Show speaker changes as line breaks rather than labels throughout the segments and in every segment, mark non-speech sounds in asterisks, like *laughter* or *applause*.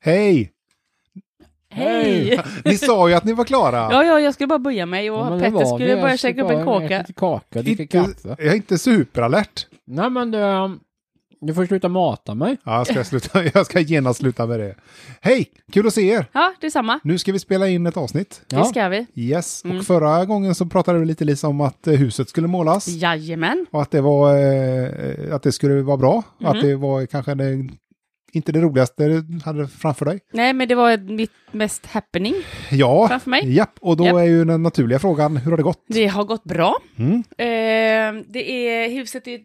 Hej!
Hej!
Ni sa ju att ni var klara.
*laughs* Ja, ja, jag skulle bara böja mig och
Ja, men det
Petter
var
skulle
vi.
börja
Jag
käka upp
skulle
en
bara
kaka.
äta kaka och dricka
inte,
kaffe.
jag är inte superalert.
Nej men du, ehm, du får sluta mata mig.
Ja, jag,
*laughs*
ska sluta, jag ska genast sluta med det. Hej! Kul att se er!
Ja, detsamma.
Nu ska vi spela in ett avsnitt.
Det
Ja.
ska vi.
Yes,
Mm.
och förra gången så pratade vi lite Lisa om att eh, huset skulle målas.
Jajamän.
Och att det, var, eh, att det skulle vara bra.
Mm-hmm.
Att det var kanske det, inte det roligaste du hade framför dig.
Nej, men det var mitt mest happening.
Ja,
Framför mig?
Japp, och då
Japp.
är ju den naturliga frågan, hur har det gått?
Det har gått bra.
Mm.
Eh, det är, huset är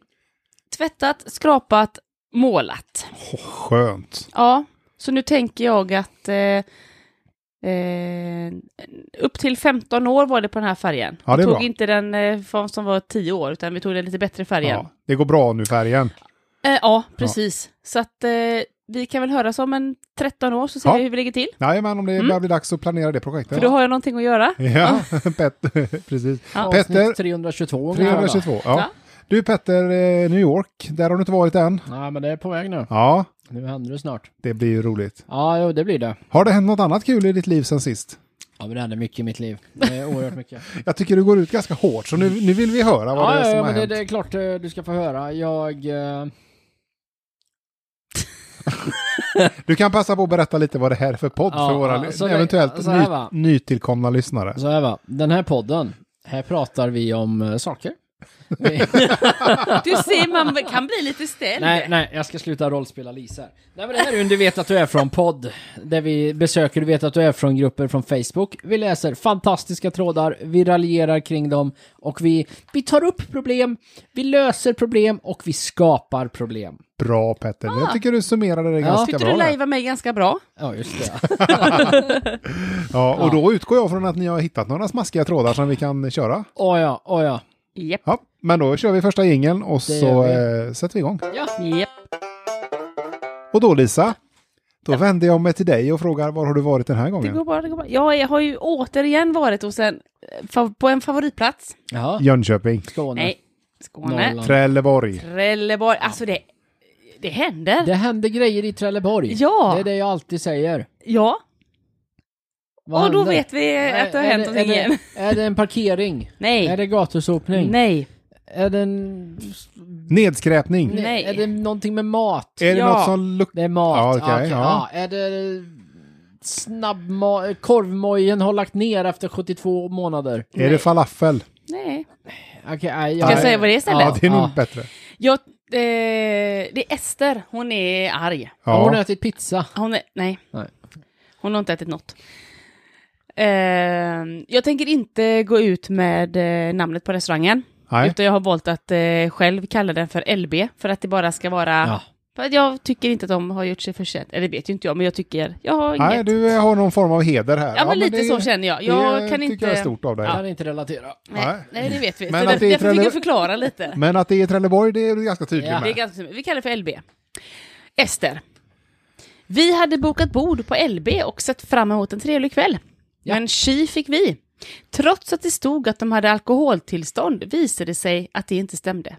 tvättat, skrapat, målat.
Åh, skönt.
Ja, så nu tänker jag att eh, eh, upp till 15 år var det på den här färgen.
Ja, det är
vi tog
bra.
inte den eh, form som var 10 år, utan vi tog den lite bättre färgen.
Ja, det går bra nu färgen.
Ja, eh, ja precis. Så att eh, vi kan väl höras om en 13 år så ser
Ja.
vi hur vi ligger till.
Nej, men om det
Mm.
börjar bli dags att planera det projektet.
För då har jag någonting att göra.
Ja, *laughs* Pet, *laughs* precis.
Ja.
Petter,
Avsnitt 322. ungefär, va?
322. Ja.
Ja.
Du Petter, eh, New York, där har du inte varit än.
Nej men det är på väg nu.
Ja,
Nu händer det snart.
det blir ju roligt.
Ja, jo, det blir det.
Har det hänt något annat kul i ditt liv sen sist?
Ja, men det händer mycket i mitt *laughs* liv. Det är oerhört mycket.
Jag tycker du går ut ganska hårt, så nu, nu vill vi höra vad
ja,
det är
ja,
som
ja,
har
men det,
hänt.
det är klart eh, du ska få höra. Jag... eh,
Du kan passa på att berätta lite vad det här är för podd
Ja,
för våra
ja, så det-
eventuellt
så här,
ny-
va?
nytillkomna lyssnare.
Så här va, den här podden, här pratar vi om eh, *laughs* saker. Vi-
Du ser, man kan bli lite ställd.
nej, nej, jag ska sluta rollspela Lisa här. Nej men det här är ju en Du vet att du är från podd, där vi besöker Du vet att du är från grupper från Facebook. Vi läser fantastiska trådar, vi raljerar kring dem och vi, vi tar upp problem, vi löser problem och vi skapar problem.
Bra Petter, jag tycker du summerade det
Ja.
ganska
Tyckte
bra.
du
där.
lajvade mig ganska bra?
Ja, just det.
Ja, och då utgår jag från att ni har hittat några smaskiga trådar som vi kan köra.
Åh ja, åh ja.
Japp.
Ja, men då kör vi första jingeln och så
gör
eh, sätter vi igång.
ja.
Japp.
Och då Lisa, då vänder jag mig till dig och frågar var har du varit den här
Det
gången?
går bra, det går bra. Jag är- har ju återigen varit hos en, eh, fa- på en favoritplats.
Jaha,
Jönköping,
Skåne.
Nej, Skåne.
Norrland.
Trelleborg.
Trelleborg. Alltså det, det händer.
Det händer grejer i Trelleborg.
Ja.
Det är det jag alltid säger.
Ja,
Vad
och då
händer?
vet vi att det har
är
hänt någonting
är
igen.
Det, är det en parkering? Är
Nej.
det gatusopning?
Nej.
Är det en...
Nedskräpning.
Nej.
Är det någonting med mat?
Är det
Ja.
något som luktar?
Det är mat. Ah,
Ja, okej,
okej,
ja.
Är det snabbma... Korvmojen har lagt ner efter 72 månader.
Är det falafel?
Nej.
Okej, ah, nej,
Ska jag säga vad det är istället?
Ja, det är nog bättre.
Jag, eh, det är Ester. Hon är arg.
Har hon
Ja.
ätit pizza?
Hon är, nej,
Nej.
hon har inte ätit något. Eh, jag tänker inte gå ut med eh, namnet på restaurangen.
Nej.
Utan jag har valt att eh, själv kalla den för LB. För att det bara ska vara...
Ja.
För att jag tycker inte att de har gjort sig förtjänt. Eller det vet ju inte jag, men jag tycker... Jag har inget...
Nej, du eh, har någon form av heder här.
ja, men lite
det-
så känner jag.
det
Jag kan
tycker
inte...
jag är stort av dig.
Jag kan inte relatera.
Nej,
Nej.
nej, det vet vi.
Men
så
att det är
därför, därför fick
trevligt-
jag förklara lite.
Men att det är Trelleborg, det är du ganska tydlig
Ja.
Det är
med.
ganska, vi kallar det för LB. Ester. Vi hade bokat bord på LB och sett fram emot en trevlig kväll.
Ja.
Men tji fick vi. Trots att det stod att de hade alkoholtillstånd visade det sig att det inte
*laughs*
stämde.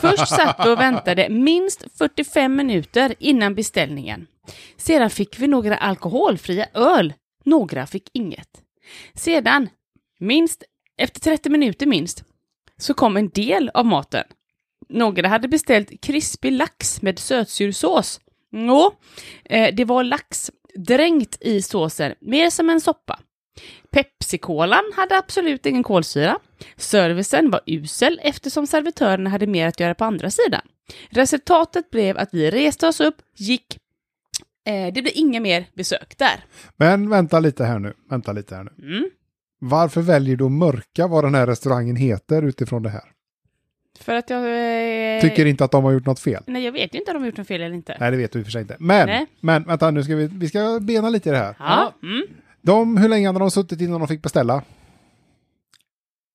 Först satt vi och väntade minst 45 minuter innan beställningen. Sedan fick vi några alkoholfria öl. Några fick inget. Sedan, minst, efter 30 minuter minst, så kom en del av maten. Några hade beställt krispig lax med sötsursås. Nå, eh, det var lax dränkt i såsen, mer som en soppa. Pepsi-kolan hade absolut ingen kolsyra. Servicen var usel eftersom servitörerna hade mer att göra på andra sidan. Resultatet blev att vi reste oss upp, gick. Eh, det blev inga mer besök där.
Men vänta lite här nu. Vänta lite här nu.
Mm.
Varför väljer du att mörka vad den här restaurangen heter utifrån det här?
För att jag... Eh,
Tycker inte att de har gjort något fel?
Nej, jag vet ju inte om de har gjort något fel eller inte.
Nej, det vet du i och för sig inte. Men,
Nej.
men vänta nu ska vi, vi ska bena lite i det här.
Ja. Mm.
De, hur länge hade de suttit innan de fick beställa?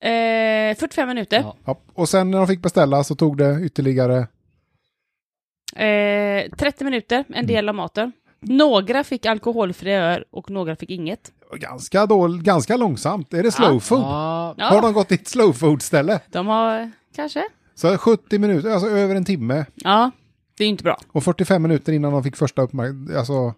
Eh, 45 minuter.
Ja.
Ja. Och sen när de fick beställa så tog det ytterligare...
Eh, 30 minuter,
Mm.
en del av maten. Några fick alkoholfri öl och några fick inget.
Ganska, dål, ganska långsamt. Är det slow food?
Ah. Ja,
Ja,
Har de gått till ett slow food ställe?
de har kanske.
Så 70 minuter, alltså över en timme.
Ja, Det är ju inte bra.
Och 45 minuter innan de fick första uppmärksamhet. Alltså,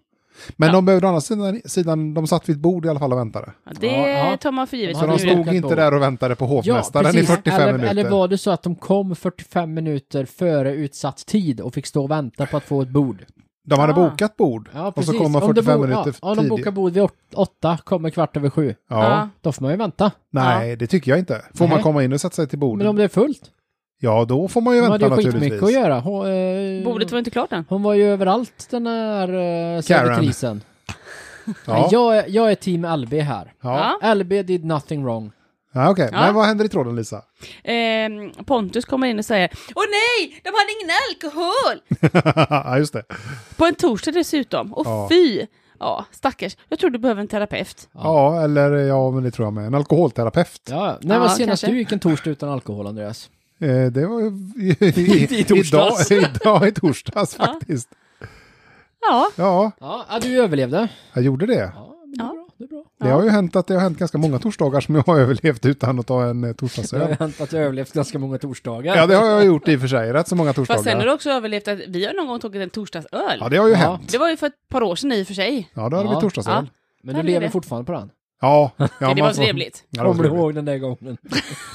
men
Ja.
de behövde å andra sidan, sidan, de satt vid ett bord i alla fall och väntade.
Ja,
Ja,
det
ja.
tar man för givet.
Så
Så
Ja,
de
det är
stod
ju-
inte där och väntade på hovmästaren i 45
eller,
minuter.
eller var det så att de kom 45 minuter före utsatt tid och fick stå och vänta på att få ett bord?
De hade
Ah.
bokat bord
Ja,
och
precis.
så kom man
Om det
45
bo-
minuter
ja, Om de bokar
tidigt.
bord vid åt- åtta, kommer kvart över sju.
Ja.
Då får man ju vänta.
Nej, det tycker jag inte. Får man
Nej.
komma in och sätta sig till
Men
bordet?
om det är fullt?
Ja, då får man ju
De
vänta
hade ju
naturligtvis.
skitmycket att göra. Hon, eh,
Bordet var inte klart än.
hon var ju överallt den här eh, servitrisen. Nej,
Ja, ja.
Jag, är- jag är team LB här.
ja.
LB did nothing wrong.
okej.
Ja.
Men vad händer i tråden, Lisa? *laughs*
Ehm, Pontus kommer in och säger Åh nej, de hade ingen alkohol!
*laughs* ja, just det.
På en torsdag dessutom. Och
Ja.
fy! Ja, stackars. Jag tror du behöver en terapeut.
Ja. eller ja, men det tror jag med. En alkoholterapeut.
Ja, ja. När var
Ja,
senast
kanske.
du gick en torsdag utan alkohol, Andreas?
Eh, det var ju i,
torsdags.
Idag, *laughs* idag i torsdags faktiskt.
Ja,
Ja,
Ja, ja, du överlevde.
jag gjorde det.
Ja, men det är
Ja.
bra. Det är bra.
Det har ju hänt att det har hänt ganska många torsdagar som jag har överlevt utan att ta en eh,
Det har
torsdagsöl.
hänt att jag överlevt ganska många torsdagar.
Ja, det har jag gjort i och för sig. Rätt så många
fast sen har du
torsdagar.
också överlevt att vi har någon gång tagit en torsdagsöl.
Ja, det har ju
Ja.
hänt.
Det var ju för ett par år sedan i och för sig.
Ja, då hade
Ja.
vi torsdagsöl.
Men
Ja,
du
det är
lever
det.
fortfarande på den.
Ja, ja,
Nej, det
man
var
får-
trevligt.
Ja, det var
Kommer du
trevligt.
ihåg den där gången?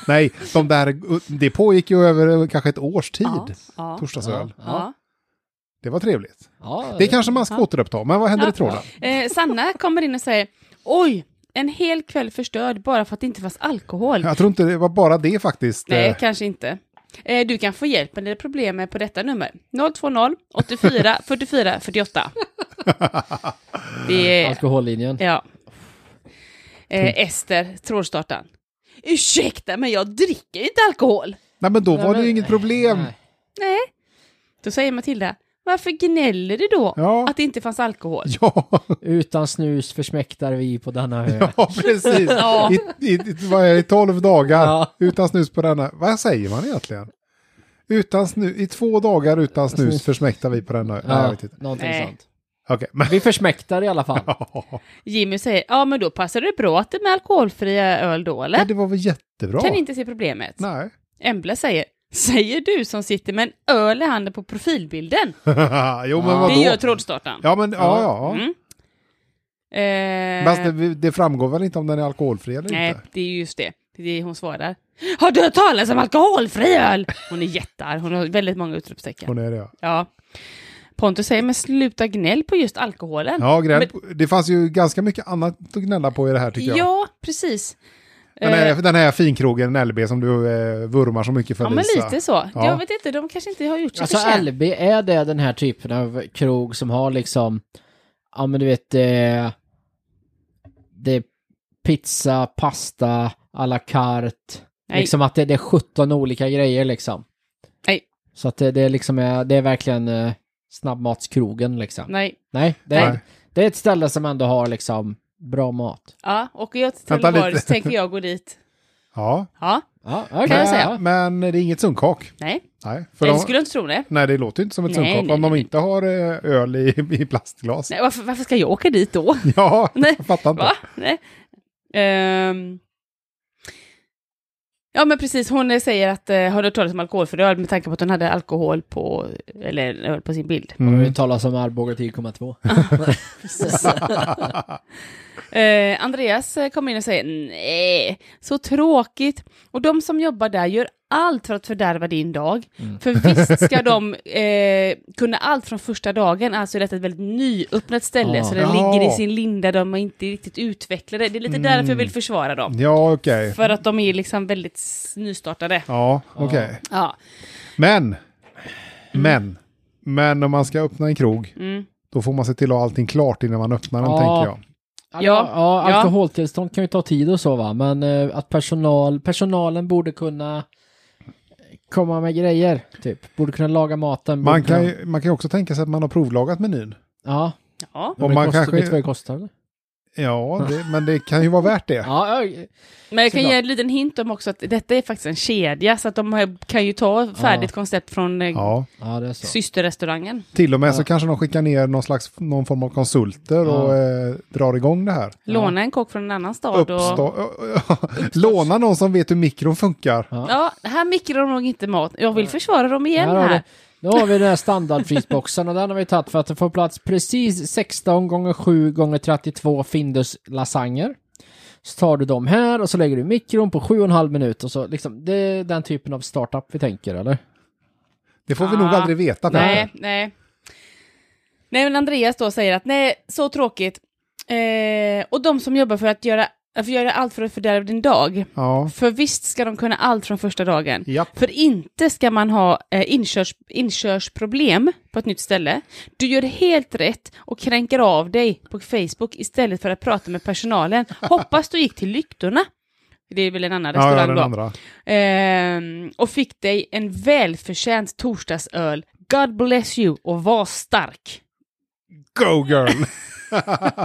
Nej, de där, det pågick ju över kanske ett års tid.
Ja, ja,
Torsdagsöl.
ja.
Det var trevligt.
Ja,
Det kanske man ska
Ja.
återuppta, men vad händer
Ja.
i tråden?
Eh, Sanna kommer in och säger Oj, en hel kväll förstörd bara för att det inte fanns alkohol.
Jag tror inte det var bara det faktiskt.
Nej,
eh,
kanske inte. Eh, Du kan få hjälp med dina problem är på detta nummer. 020 84
*laughs*
44 48. Det är...
Alkohollinjen.
Ja. Eh, Ester, trådstartaren. Ursäkta, men jag dricker ju inte alkohol.
Nej, men då
Nej,
var det
men-
ju inget problem.
Nej.
Nej. Då säger Matilda, varför gnäller du då
Ja.
att det inte fanns alkohol?
*laughs* Ja,
Utan snus försmäktar vi på denna ö.
ja precis.
Ja.
I, i, i, vad är det, 12 dagar
Ja.
utan snus på denna. Vad säger man egentligen? Utan snu, I två dagar utan snus försmäktar vi på denna. Nej, jag vet inte.
någonting
Nej.
sånt.
Okej, men...
Vi försmäktar i alla fall.
Jimmy säger, ja men då passar det bra att det är med alkoholfria öl då eller?
Ja, det var väl jättebra?
Kan inte se problemet.
Nej. *laughs*
Emble säger, säger du som sitter med en öl i handen på profilbilden?
jo, men
Ja.
vadå?
Det gör trådstartaren.
Ja, men ja, ja.
Mm. Eh,
Fast det, det framgår väl inte om den är alkoholfri eller
nej,
inte?
det är just det. Det är det hon svarar. Har du hört talas om alkoholfri öl? Hon är jättearg. Hon har väldigt många utropstecken.
Hon är det, ja.
Ja. Pontus säger, men sluta gnäll på just alkoholen.
Ja, gräl, det fanns ju ganska mycket annat att gnälla på i det här tycker jag.
Ja, precis. Eh,
Den här, den här finkrogen LB som du eh, vurmar så mycket för
ja, men
Lisa.
lite så.
Ja.
Jag vet inte, de kanske inte har gjort sig
Alltså
förtjänta.
LB, är det den här typen av krog som har liksom, ja men du vet, eh, det är pizza, pasta, à la carte.
Nej.
Liksom att det, det är 17 olika grejer liksom.
Nej.
Så att det, det är liksom, är, det är verkligen eh, snabbmatskrogen liksom. Nej,
Nej.
det, är,
Nej.
det är ett ställe som ändå har liksom bra mat.
Ja, och jag till
Vänta
Trelleborg
lite.
så tänker jag gå dit.
Ja,
Ja,
Ja, okay.
Kan jag
men,
säga?
men det är inget sunkak.
nej.
Nej, för
Jag
de,
skulle inte tro det.
nej, det låter inte som ett
Nej,
sunkak
nej,
om de
nej.
inte har eh, öl i, i plastglas.
Nej, varför, varför ska jag åka dit då? *laughs*
Ja,
Nej.
jag fattar inte.
Va? Nej. Ehm. Ja men precis, hon säger att eh, har du hört talas om alkoholfri öl med tanke på att hon hade alkohol på, eller öl på sin bild.
Mm.
Mm.
Det talas om Arboga 10,2. *laughs*
Eh, Andreas eh, kommer in och säger nej, så tråkigt. Och de som jobbar där gör allt för att fördärva din dag.
Mm.
För visst
*laughs*
ska de eh, kunna allt från första dagen, alltså är detta ett väldigt nyöppnat ställe,
Ja.
så det
Ja. Mm.
ligger i sin linda, de är inte riktigt utvecklade. Det är lite därför jag vill försvara dem.
Ja, okej.
För att de är liksom väldigt s- nystartade.
Ja, okej.
Ja. Mm.
Men, men, men om man ska öppna en krog,
Mm.
då får man se till att ha allting klart innan man öppnar den,
Ja.
tänker jag.
Ja,
Ja,
ja,
ja.
alkoholtillstånd kan ju ta tid och så va, men eh, att personal, personalen borde kunna komma med grejer, typ. Borde kunna laga maten. borde
Man kan,
kunna...
ju, man kan ju också tänka sig att man har provlagat menyn.
Ja,
ja.
Och
men
man
kostar,
kanske-
vet du vad det kostar? eller?
Ja, det, men det kan ju vara värt det.
Ja, ja,
Men jag kan
Såklart.
ge en liten hint om också att detta är faktiskt en kedja, så att de har- kan ju ta färdigt
Ja.
koncept från eh,
Ja,
ja, det är så.
systerrestaurangen.
till och med så
Ja.
kanske de skickar ner någon, slags, någon form av konsulter
Ja.
och eh, drar igång det här.
Låna en kock från en annan stad. Och...
Uppstå, *laughs* låna någon som vet hur mikron funkar.
Ja.
Ja, här mikrar de nog inte mat. Jag vill försvara dem igen
Här har
här.
det. Nu har vi den här standardfrysboxen och den har vi tagit för att det får plats precis 16 gånger 7 gånger 32 Findus lasagner. Så tar du dem här och så lägger du i mikron på 7,5 minut och så liksom, det är den typen av startup vi tänker eller?
Det får vi nog
Ah,
aldrig veta.
Nej,
Nej.
nej. Nej, men Andreas då säger att nej, så tråkigt. Eh, och de som jobbar för att göra, för att göra allt för att fördärva din dag.
Ja.
För visst ska de kunna allt från första dagen.
Japp.
För inte ska man ha eh, inkörs, inkörsproblem på ett nytt ställe. Du gör helt rätt och kränker av dig på Facebook istället för att prata
*laughs*
med personalen. Hoppas du gick till lyktorna. Det är väl en annan
Ja, ja,
restaurang
den
då.
andra.
Ehm, och fick dig en välförtjänt torsdagsöl. God bless you och var stark.
Go
*laughs*
girl! *laughs*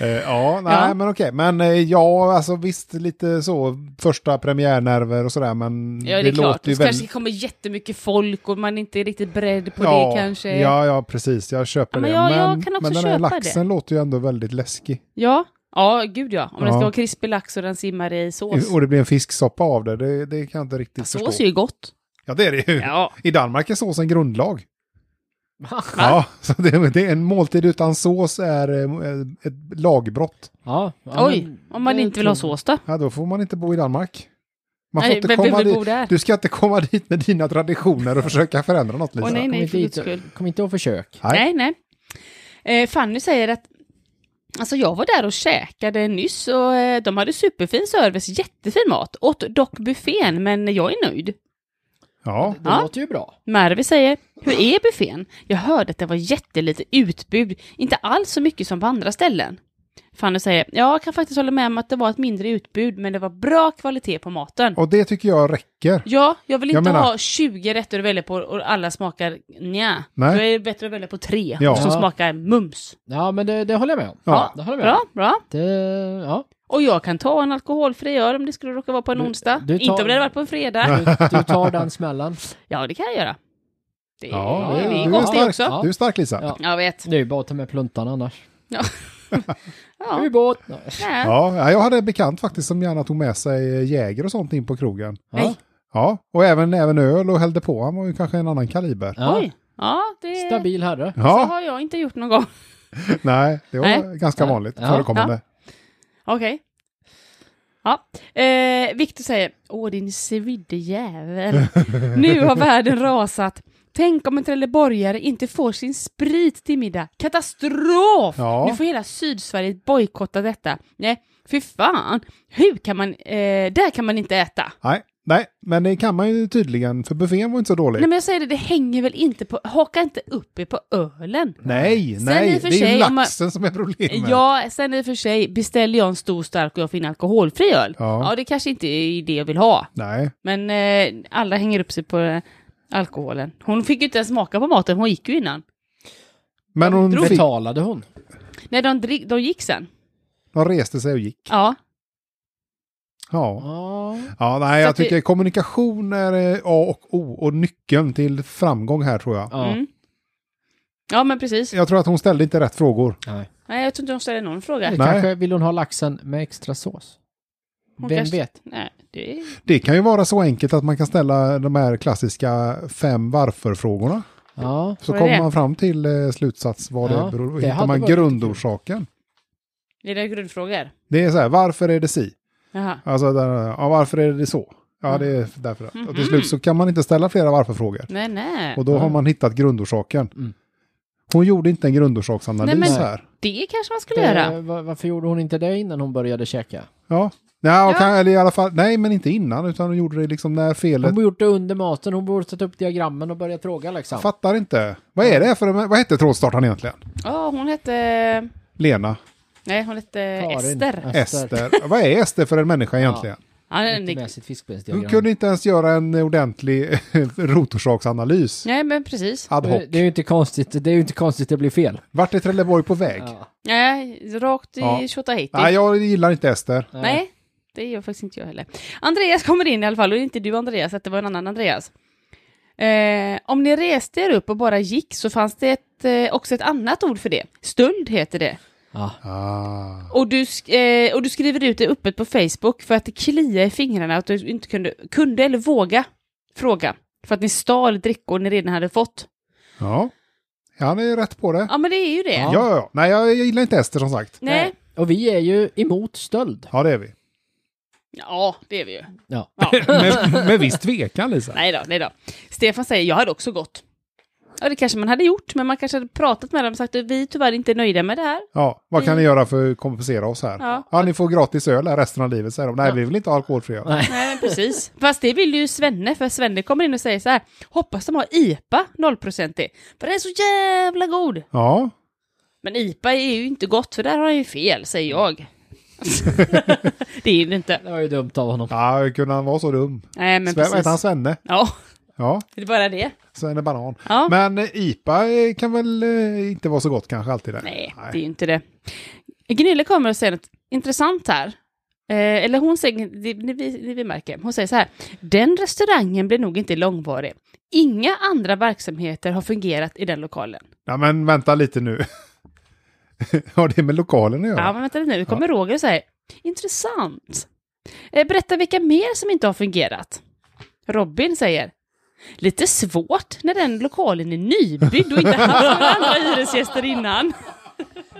Eh, ja, nej
Ja.
men okej. Men eh, ja, alltså visst lite så första premiärnerver och sådär men
Ja, det, är klart.
Mm, låter ju
Det kanske
väldigt...
kommer jättemycket folk och man är inte riktigt beredd på
ja,
det kanske.
Ja, ja precis. Jag köper
Ja, men
det.
jag-
men
jag kan också
men den här
köpa det.
laxen låter ju ändå väldigt läskig.
ja. Ja, gud ja. Om den
Ja.
ska vara krispig lax och Alltså, den simmar i sås.
Och det blir en fisksoppa av det. Det, det kan jag inte riktigt förstå.
Sås är ju gott.
Ja, det är det ju.
Ja.
I Danmark är sås en grundlag. Ja, *laughs* så det, det är en måltid utan sås är eh, ett lagbrott.
ja, ja,
Oj,
men
om man
det
inte vill ha
tror-
sås då?
Ja, då får man inte bo i Danmark. Man får
Nej,
inte
vem
komma
vill väl
dit.
bo där?
Du ska inte komma dit med dina traditioner och försöka förändra något, Lisa.
Åh nej,
Kom
nej,
inte
för guds
hit och-
skull.
Kom inte och försök.
Nej, nej. Eh, Fanny säger att Alltså jag var där och käkade nyss och eh, de hade superfin service, jättefin mat. Åt dock buffén, men jag är nöjd.
Ja,
Det
Ja.
låter ju bra.
Mervi säger, hur är buffén? Jag hörde att det var jättelite utbud, inte alls så mycket som på andra ställen. Fanny säger, ja, jag kan faktiskt hålla med om att det var ett mindre utbud, men det var bra kvalitet på maten.
och det tycker jag räcker.
Ja, jag vill
Jag
inte
menar-
ha 20 rätter att välja på och alla smakar nja.
Nej.
Då är det bättre att välja på tre
Ja.
som smakar mums.
Ja, men det, det håller jag med om.
Ja.
det håller jag med om.
Bra, bra.
Det, ja.
Och jag kan ta en alkoholfri öl om det skulle råka vara på en
Du-
onsdag.
du tar-
Inte om det hade varit på en fredag.
Du, du tar den smällen.
Ja, det kan jag göra. Det,
Ja, du
det är
är
gott det
stark.
också.
Du är stark, Lisa. Ja,
Ja.
Jag vet.
Det är ju bara att ta med pluntan annars.
Ja.
Ubåt!
Nej.
ja, jag hade en bekant faktiskt som gärna tog med sig jäger och sånt in på krogen.
Nej.
Ja, och även, även öl och hällde på. Han var ju kanske en annan kaliber.
Ja.
Oj. Ja, det
Stabil herre.
så
Ja,
har jag inte gjort någon gång.
nej, det var
Nej.
ganska vanligt
Ja.
förekommande.
Okej. Ja. Eh, Victor säger, åh din
*laughs*
svidde jävel. nu har världen rasat. Tänk om en trelleborgare inte får sin sprit till middag. Katastrof!
Ja.
Nu får hela Sydsverige bojkotta detta. Nej, fy fan. Hur kan man, eh, där kan man inte äta.
Nej, nej, men det kan man ju tydligen, för buffén var inte så dålig.
Nej men jag säger det, det hänger väl inte på, haka inte upp er på ölen.
Nej,
Sen i
nej,
och för
det är ju
sig, om man-
laxen som är problemet.
Ja, sen i och för sig, beställer jag en stor stark och jag får en alkoholfri öl.
Ja.
ja, det kanske inte är det jag vill ha.
Nej,
Men eh, alla hänger upp sig på eh, alkoholen. Hon fick ju inte ens smaka på maten, hon gick ju innan.
men hon fick,
Betalade hon?
Nej, de, drick, de gick sen.
de reste sig och gick.
Ja,
Ja,
Ja.
ja nej,
Så
jag
att det-
tycker kommunikation är eh, A och O och nyckeln till framgång här tror jag.
ja.
Mm. ja men precis.
Jag tror att hon ställde inte rätt frågor.
Nej.
Nej, jag tror inte de ställer någon fråga.
Eller
Nej.
Kanske vill hon ha laxen med extra sås?
Hon
Vem
kanske-
vet?
Nej, det är...
Det kan ju vara så enkelt att man kan ställa de här klassiska fem varför-frågorna.
Ja.
Så
Vad är
kommer
det?
man fram till eh, slutsats vad
Ja,
det beror på.
det
Hittar
hade
man
varit kul.
grundorsaken.
Det är grundfrågor.
Det är så här, varför är det si?
Jaha.
Alltså, där, ja, varför är det så? Ja, det är därför att. Och till slut så kan man inte ställa flera varför-frågor.
Nej, nej.
Och då har man hittat grundorsaken.
Mm.
Hon gjorde inte en grundorsaksanalys
Nej, men-
här.
Det kanske man skulle
Det,
göra.
va- varför gjorde hon inte det innan hon började käka?
Ja. Nej, och
Ja.
Kan, eller i alla fall, nej, men inte innan, utan hon gjorde det liksom när felet...
Hon borde gjort det under maten, hon borde satt upp diagrammen och börjat fråga liksom.
Fattar inte. Vad är det för... Vad hette trådstartaren egentligen?
Ja, hon hette...
Lena.
Nej, hon hette
Karin.
Ester.
Ester. Vad är Ester för en människa egentligen?
Ja,
Inte
nej,
med sitt
Hon
fiskbensdiagram.
kunde inte ens göra en ordentlig *laughs* rotorsaksanalys.
nej, men precis.
Ad hoc.
Det, det är ju inte konstigt, det är ju inte konstigt det blir fel.
Vart är Trelleborg på väg?
Ja.
Nej, rakt i
Ja.
Tjotahejti.
Nej, jag gillar inte Ester.
Nej, det gör faktiskt inte jag heller. Andreas kommer in i alla fall, och det är inte du Andreas, att det var en annan Andreas. Eh, om ni reste er upp och bara gick så fanns det ett, eh, också ett annat ord för det. Stöld heter det.
Ja.
Ah.
Och du, sk- eh, och du skriver ut det öppet på Facebook för att det kliar i fingrarna att du inte kunde, kunde eller våga fråga. För att ni stal drickor ni redan hade fått.
Ja. ja, han är ju rätt på det.
Ja, men det är ju det.
Ja, ja, ja. Nej, jag gillar inte Ester som sagt.
Nej.
Och vi är ju emot stöld.
Ja, det är vi.
Ja, det är vi ju.
Ja.
med, med viss tvekan, Lisa.
Nej då, nej då. Stefan säger, jag hade också gått. Ja, det kanske man hade gjort, men man kanske hade pratat med dem och sagt att vi tyvärr inte är nöjda med det här.
Ja, vad kan ni göra för att kompensera oss här? Ja,
Ja.
ni får gratis öl här resten av livet, säger de. Nej, vi vill inte ha alkoholfri öl.
Nej.
Nej, men precis. *laughs* Fast det vill ju Svenne, för Svenne kommer in och säger så här, hoppas de har IPA 0% i, för den är så jävla god.
Ja,
Men IPA är ju inte gott, för där har han ju fel,
*laughs*
säger jag. *laughs* det är det inte.
Det var ju dumt av honom.
ja kunde han vara så dum?
Nej, men
Sve- Vad heter han?
precis.
Svenne?
Ja,
Ja,
det är bara det.
Svenne Banan.
Ja.
Men eh, IPA eh, kan väl eh, inte vara så gott kanske alltid? Där.
Nej, det är ju inte det. Gunilla kommer och säger något intressant här. Eh, eller hon säger, det, ni, vi- ni, vi märker, hon säger så här. Den restaurangen blir nog inte långvarig. Inga andra verksamheter har fungerat i den lokalen.
Ja, men vänta lite nu. *laughs* Har det med lokalen att
Ja,
göra?
men vänta nu, nu kommer Roger och säger. Intressant. Eh, berätta vilka mer som inte har fungerat. Robin säger. Lite svårt när den lokalen är nybyggd och inte haft några *laughs* andra hyresgäster innan.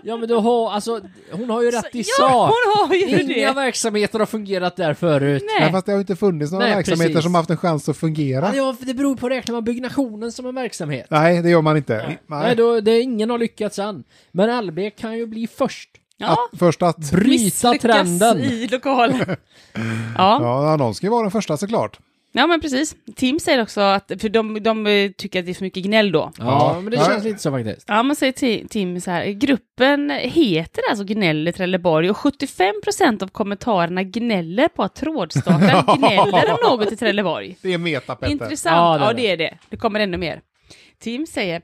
Ja men du har, alltså, hon har ju rätt i
Ja,
sak.
hon har ju det.
Inga verksamheter har fungerat där förut.
Nej,
Nej.
fast det har ju inte funnits några
Nej,
verksamheter
precis.
som haft en chans att fungera.
Ja, Ja, för det beror på, räknar man byggnationen som en verksamhet?
Nej, det gör man inte. Nej.
Nej, då, det, ingen har lyckats än. Men Albeck kan ju bli först.
Ja,
Att, först att...
Bryta trenden.
i lokalen. Ja.
Ja, någon ska ju vara den första såklart.
ja, men precis. Tim säger också att, för de, de eh, tycker att det är för mycket gnäll då.
Ja, men det
Ja.
känns lite så faktiskt.
Ja, man säger Ti- Tim så här, gruppen heter alltså Gnäll i Trelleborg och 75% av kommentarerna gnäller på att trådstartaren gnäller om något i Trelleborg.
Det är meta, Petter.
Intressant.
Ja,
Ja,
det
det,
är
är det. Det kommer ännu mer. Tim säger,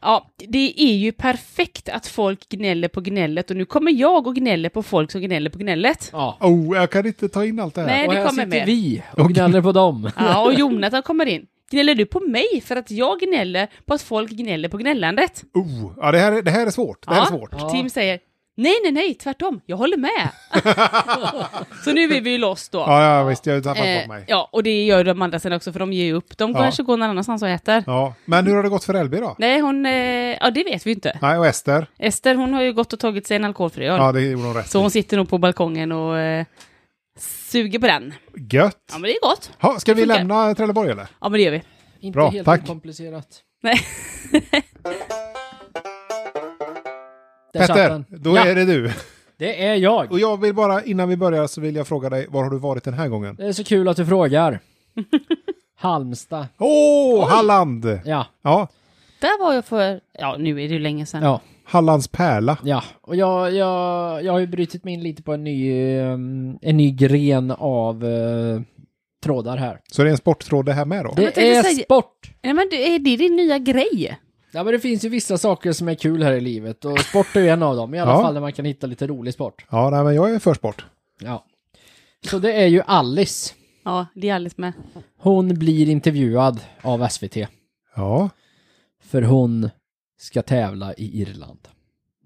ja, det är ju perfekt att folk gnäller på gnället och nu kommer jag och gnäller på folk som gnäller på gnället.
Ja.
Oh, jag kan inte ta in allt det här.
Nej,
och
det
här
kommer
sitter
mer.
vi och gnäller på dem.
Ja, och Jonathan kommer in. Gnäller du på mig för att jag gnäller på att folk gnäller på gnällandet?
Oh, ja, det, här, är- det här är svårt. Det här
ja.
är svårt.
Tim säger, nej, nej, nej, tvärtom, jag
*laughs*
håller med. så nu är vi ju loss då.
Ja, ja visst. Jag har tappat bort
Eh,
mig.
ja, och det gör de andra sen också, för de ger ju upp. De
Ja.
kanske går någon annanstans och äter.
Ja. Men hur har det gått för LB då?
Nej, hon, eh, ja det vet vi inte.
Nej, och Ester?
Ester, hon har ju gått och tagit sig en alkoholfri öl.
Ja, det gjorde hon rätt
Så
i.
hon sitter nog på balkongen och eh, suger på den.
Gött.
Ja, men det är gott.
Ha, ska vi
funkar.
lämna Trelleborg eller?
Ja, men det gör vi.
Inte
Bra,
helt
tack.
okomplicerat.
Nej.
*laughs* Där satt
Petter,
den.
då
ja,
är det du.
det är jag.
Och jag vill bara, innan vi börjar så vill jag fråga dig, var har du varit den här gången?
Det är så kul att
*laughs*
du frågar. Halmstad.
Åh, oh, Halland!
Ja,
Ja,
Där var jag för, ja nu är det ju länge sedan.
ja,
Hallands pärla.
ja. Och jag, jag, jag har ju brutit mig in lite på en ny, eh, en ny gren av eh, trådar här.
Så det är en sporttråd det här med då?
men jag
Det
tänkte
är
säga-
sport.
Nej men det är det är din nya grej.
Ja men det finns ju vissa saker som är kul här i livet och sport är ju en av dem. I alla
Ja.
fall när man kan hitta lite rolig sport.
Ja, nej, men jag är för sport.
Ja. Så det är ju Alice.
Ja, det är Alice med.
Hon blir intervjuad av SVT.
Ja.
För hon ska tävla i Irland.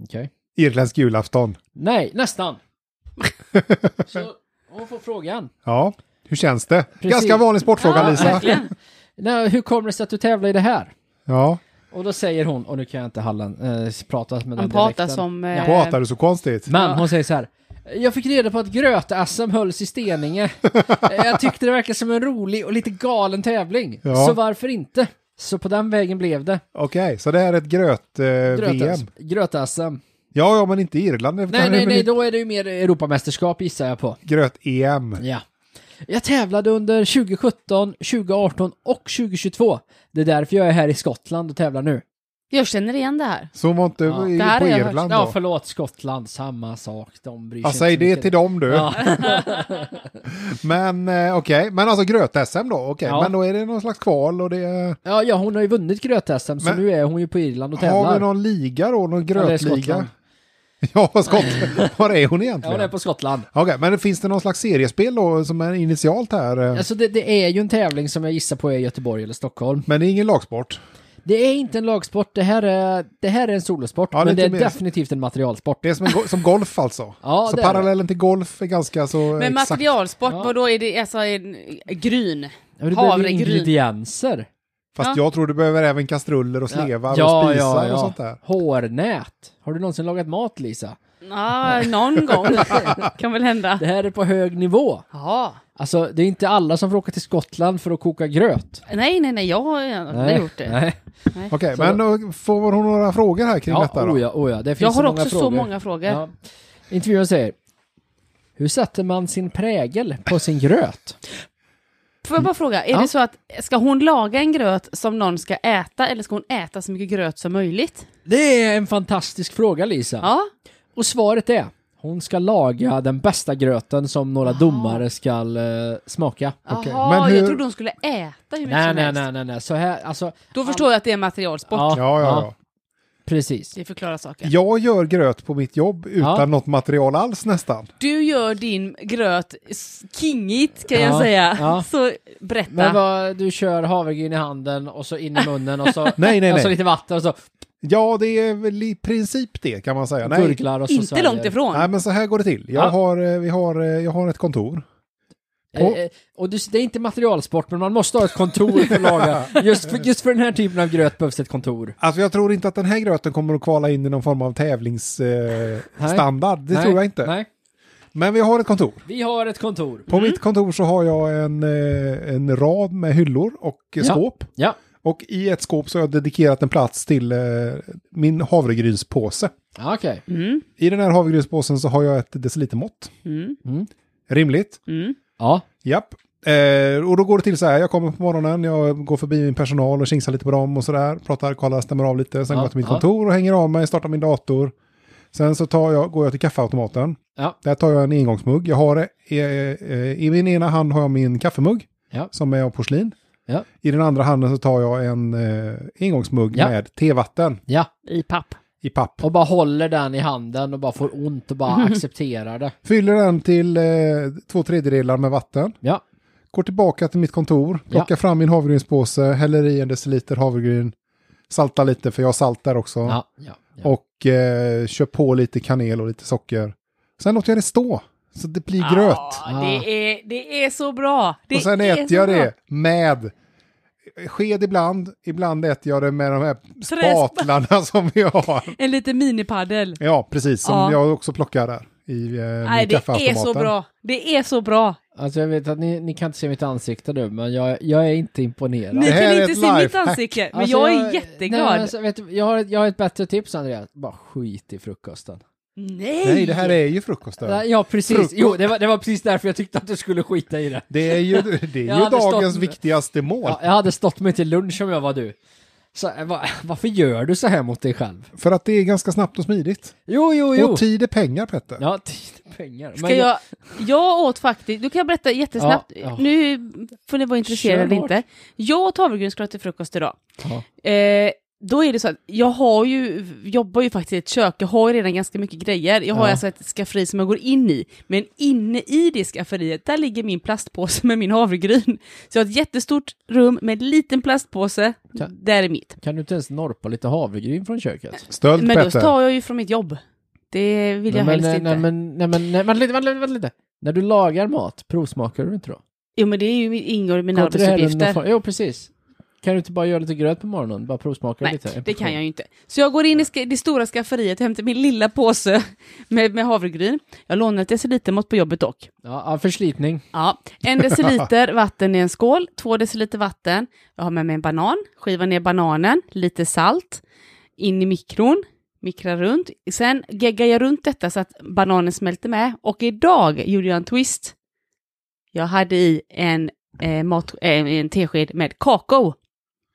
Okej?
Irländsk julafton.
Nej,
*laughs*
nästan. Så hon får frågan.
Ja. Hur känns det?
Precis.
Ganska vanlig sportfråga,
Ja,
Lisa.
verkligen.
Nej, hur kommer det sig att du tävlar i det här?
Ja.
Och då säger hon, och nu kan jag inte hallan, eh, prata med den
Han pratar
dialekten.
som...
Ja.
Eh,
Pratar du så konstigt?
Men
Ja.
hon säger så här. Jag fick reda på att Gröte-SM hölls
*laughs*
i Steninge. Jag tyckte det verkade som en rolig och lite galen tävling.
Ja.
Så varför inte? Så på den vägen blev det.
Okej, så det här är ett gröt-VM?
Gröte- Gröte-SM.
ja, ja, men inte i Irland. Det
alltså. Nej,
kan
nej,
väl E
nej,
inte-
då är det ju mer Europamästerskap gissar jag på.
Gröt-EM.
Ja. Jag tävlade under 2017, 2018 och 2022. Det är därför jag är här i Skottland och tävlar nu.
Jag känner igen det här.
Så hon var inte
Ja.
i-
Det här
på
har jag hört.
Irland
Ja,
då?
förlåt Skottland, samma sak. De bryr sig
Ja, säg
inte så
det
mycket.
till dem du.
Ja.
Men eh, okej, men alltså gröt-SM då? Okej,
Ja.
men då är det någon slags kval och det är...
Ja, ja, hon har ju vunnit Gröte-SM, så
Men-
nu är hon ju på Irland och tävlar.
Har vi någon liga då? Någon
Ja, det är
grötliga?
Skottland.
*laughs* Ja, Skottland. *laughs* Var är hon
Ja,
egentligen?
hon är på Skottland.
Okej, men finns det någon slags seriespel då som är initialt här? eh?
Alltså det, det är ju en tävling som jag gissar på är Göteborg eller Stockholm.
Men det är ingen lagsport?
Det är inte en lagsport, det här är, det här är en solosport,
Ja,
men det
lite
är
mer-
definitivt en materialsport.
Det är som, en go- som golf alltså.
*laughs* Ja,
så
det är det.
parallellen till golf är ganska så
Men
exakt.
materialsport,
Ja.
vadå är det alltså en gryn?
Ja, men det behöver ju
Havregryn?
ingredienser.
Fast jag tror du behöver även kastruller och slevar och spisar och sånt där.
Hårnät. Har du någonsin lagat mat, Lisa?
Ja, någon gång. *laughs* kan väl hända.
Det här är på hög nivå.
Ja.
Alltså, det är inte alla som får åka till Skottland för att koka gröt.
Nej, nej, nej, jag har aldrig gjort det.
Nej.
Okej,
Så-
men då får hon några frågor här kring
Ja,
detta då?
oh ja, oh ja. Det finns
Jag har
så
också
många frågor.
så många frågor.
Ja. Intervjuaren säger, hur sätter man sin prägel på sin gröt?
Får jag bara fråga, är
Ja.
det så att ska hon laga en gröt som någon ska äta eller ska hon äta så mycket gröt som möjligt?
Det är en fantastisk fråga, Lisa.
Ja,
Och svaret är, hon ska laga den bästa gröten som några domare ska eh, smaka.
Okej,
Jaha,
men hur-
jag trodde hon skulle äta hur mycket
Nej,
som
nej,
helst.
nej, nej, nej, så här, alltså,
Då förstår jag att det är en materialsport.
Ja.
Ja, ja, ja.
precis.
Det förklarar saken.
Jag gör gröt på mitt jobb utan
Ja.
något material alls nästan.
Du gör din gröt s- kingigt kan jag
Ja,
säga.
ja.
*laughs* Så berätta.
Men vad, du kör havregryn i handen och så in i munnen och så,
*laughs* Nej, nej,
och så
nej.
lite vatten och så
Ja, det är väl i princip det kan man säga. Nej,
gurglar och så
Inte
sväljer.
långt ifrån.
nej men så här går det till. Jag,
Ja.
har, eh, vi har, eh, jag har ett kontor.
Eh, eh, och du, det är inte materialsport, men man måste ha ett kontor för att
*laughs*
laga. Just för, just för den här typen av gröt behövs ett kontor.
Alltså jag tror inte att den här gröten kommer att kvala in i någon form av tävlingsstandard. Eh,
Nej.
standard. det
Nej,
tror jag inte.
Nej, Mm.
Men vi har ett kontor.
vi har ett kontor.
På mitt kontor så har jag en, eh, en rad med hyllor och eh,
Ja.
skåp.
Ja,
Och i ett skåp så har jag dedikerat en plats till eh, min havregrynspåse.
ja okej.
Mm,
I den här havregrynspåsen så har jag ett decilitermått.
mm,
Rimligt.
mm.
Ja,
Japp. Eh, och då går det till så här, jag kommer på morgonen, jag går förbi min personal och kingsar lite på dem och sådär. Pratar, kollar, stämmer av lite. Sen
Ja,
går jag till mitt
ja.
kontor och hänger av mig, startar min dator. Sen så tar jag, går jag till kaffeautomaten.
ja,
Där tar jag en engångsmugg. Jag har, eh, eh, I min ena hand har jag min kaffemugg
Ja.
som är av porslin.
Ja.
I den andra handen så tar jag en eh, engångsmugg
Ja.
med tevatten
ja.
I papp.
i papp.
Och bara håller den i handen och bara får ont och bara
*laughs*
accepterar det.
Fyller den till eh, två tredjedelar med vatten.
Ja,
Går tillbaka till mitt kontor, plockar fram min havregrynspåse, häller i en deciliter havregryn, saltar lite för jag har salt där också.
ja, ja. ja.
Och eh, kör på lite kanel och lite socker. Sen låter jag det stå, så det blir gröt.
Ja, det, är, det är så bra. Ah, Det
och sen
är
äter
så
jag
bra.
det med sked ibland, ibland äter jag det med de här spatlarna *laughs* som vi har.
En liten minipaddel.
Ja, precis, som
Ja.
jag också plockar där i eh,
Nej,
min
det är
kaffeautomaten.
så bra. Det är så bra.
Alltså jag vet att ni, ni kan inte se mitt ansikte nu, men jag, jag är inte imponerad.
Ni
här
kan
är
inte
ett
se mitt
lifehack.
ansikte, men
Alltså,
jag är jätteglad.
Nej, men
Nej,
alltså, vet du, jag, har, ett- jag har ett bättre tips, Andreas. Bara skit i frukosten.
Nej, det här är ju frukost.
Ja,
Där.
ja precis.
Frukost.
Jo, det var, det var precis därför jag tyckte att du skulle skita i det.
Det är ju,
*laughs*
det är
Jag
ju
hade stått-
dagens viktigaste mål.
Ja, jag hade stått mig till lunch om jag var du. Så, eh, va, varför gör du så här mot dig själv?
För att det är ganska snabbt och smidigt.
Jo, jo, jo.
Och tid är pengar, Petter.
Ja, tid och pengar.
Ska jag, jag åt faktiskt, du kan jag berätta jättesnabbt,
Ja, ja.
nu får ni vara intresserade
Kör
eller
hårt.
inte. Jag åt havregrynsgröt till frukost idag.
Ja.
Eh, då är det så att jag har ju, jobbar ju faktiskt i ett kök, jag har ju redan ganska mycket grejer. Jag har
Ja.
alltså ett skafferi som jag går in i, men inne i det skafferiet, där ligger min plastpåse med min havregryn. Så jag har ett jättestort rum med en liten plastpåse,
Ja.
där är mitt.
Kan du inte ens norpa lite havregryn från köket?
Stöld,
Men då
Petter.
tar jag ju från mitt jobb. Det vill jag
men,
helst
nej,
inte.
nej, men, nej, men, nej, vänta lite, vänta lite, vänta lite. När du lagar mat, provsmakar du inte då?
Jo men det är ju min- ingår i mina
Går inte det här under någon
arbetsuppgifter.
form- Jo, precis. Kan du inte bara göra lite gröt på morgonen? Bara provsmaka
Nej,
lite? En
det
portion.
kan jag ju inte. Så jag går in i ska- det stora skafferiet och hämtar min lilla påse *laughs* med, med havregryn. Jag lånar ett decilitermått på jobbet dock.
Ja, ja, förslitning.
Ja, *laughs* en deciliter vatten i en skål, två deciliter vatten. Jag har med mig en banan, skivar ner bananen, lite salt, in i mikron, mikra runt. Sen geggar jag runt detta så att bananen smälter med. Och idag gjorde jag en twist. Jag hade i en, eh, mat, eh, en tesked med kakao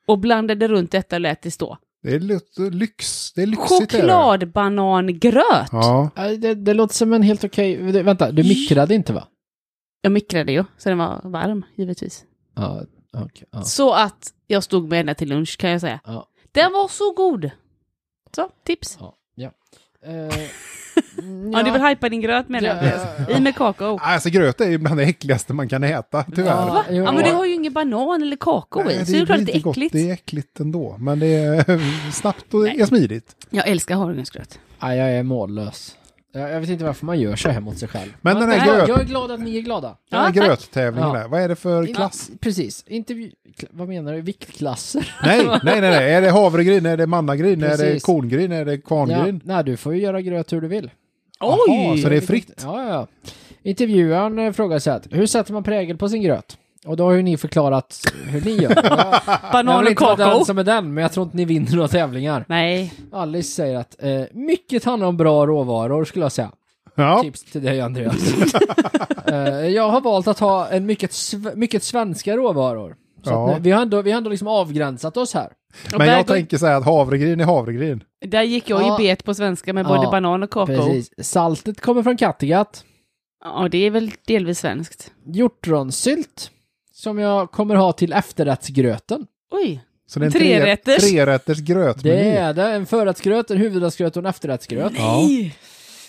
och blandade runt detta och lät det stå.
Det är ly- lyx. Det är lyxigt. är det.
Chokladbanangröt!
Ja.
Ja, Det, det låter som en helt okej... det- Vänta, du mikrade inte va?
Jag mikrade ju, så den var varm givetvis.
Ja, okej. ja.
Så att jag stod med henne till lunch kan jag säga.
Ja.
Den var så god! Så, tips.
Ja, ja.
*laughs*
Eh,
Ja, du vill hypa din gröt menar jag. I med kakao.
Alltså gröt är ju bland det äckligaste man kan äta, tyvärr.
Ja,
Va?
jo.
Ja, men du har ju ingen banan eller kakao
Nej,
i, så det är klart att
blir
det är
inte gott.
äckligt.
Det är äckligt ändå, men det är *laughs* snabbt och det är smidigt.
Jag älskar havregrynsgröt.
Nej, jag är mållös. Jag, jag vet inte varför man gör så här mot sig själv.
Men den här,
Nej,
gröt,
Jag är glad att ni är glada.
den här
Ja, tack.
gröttävlingen
Ja.
där, vad är det för klass?
Ja, precis. Intervju... kla- Vad menar du? Viktklasser?
Nej, nej, nej, nej. Är det havregryn, är det mannagryn, är det
Precis.
korngryn, är det
Ja,
kvarngryn?
nej, du får ju göra gröt hur du vill.
Jaha, så det är fritt?
Ja, ja, ja. Intervjuaren eh, frågar så här, hur sätter man prägel på sin gröt? Och då har ju ni förklarat hur
*laughs*
ni gör. Jag, jag
Banan
vill
och
inte vara den
kakao.
som är den, men jag tror inte ni vinner några tävlingar.
Nej,
Alice säger att eh, mycket handlar om bra råvaror skulle jag säga.
Ja,
Tips till dig Andreas. *laughs* Eh, jag har valt att ha en mycket, sv- mycket svenska råvaror. Så
Ja.
att, nu- vi har ändå, vi har ändå liksom avgränsat oss här.
men
där
jag
går-
tänker så här att havregryn är havregryn.
där gick jag
Ja.
ju bet på svenska med både
Ja,
banan och kakao.
Precis. Saltet kommer från Kattegatt.
Ja, det är väl delvis svenskt.
Hjortronsylt, som jag kommer ha till efterrättsgröten.
Oj,
Så det är en
Trerätters.
tre- trerätters grötmeny.
Det är det. En förrättsgröt, en huvudrättsgröt och en efterrättsgröt.
nej!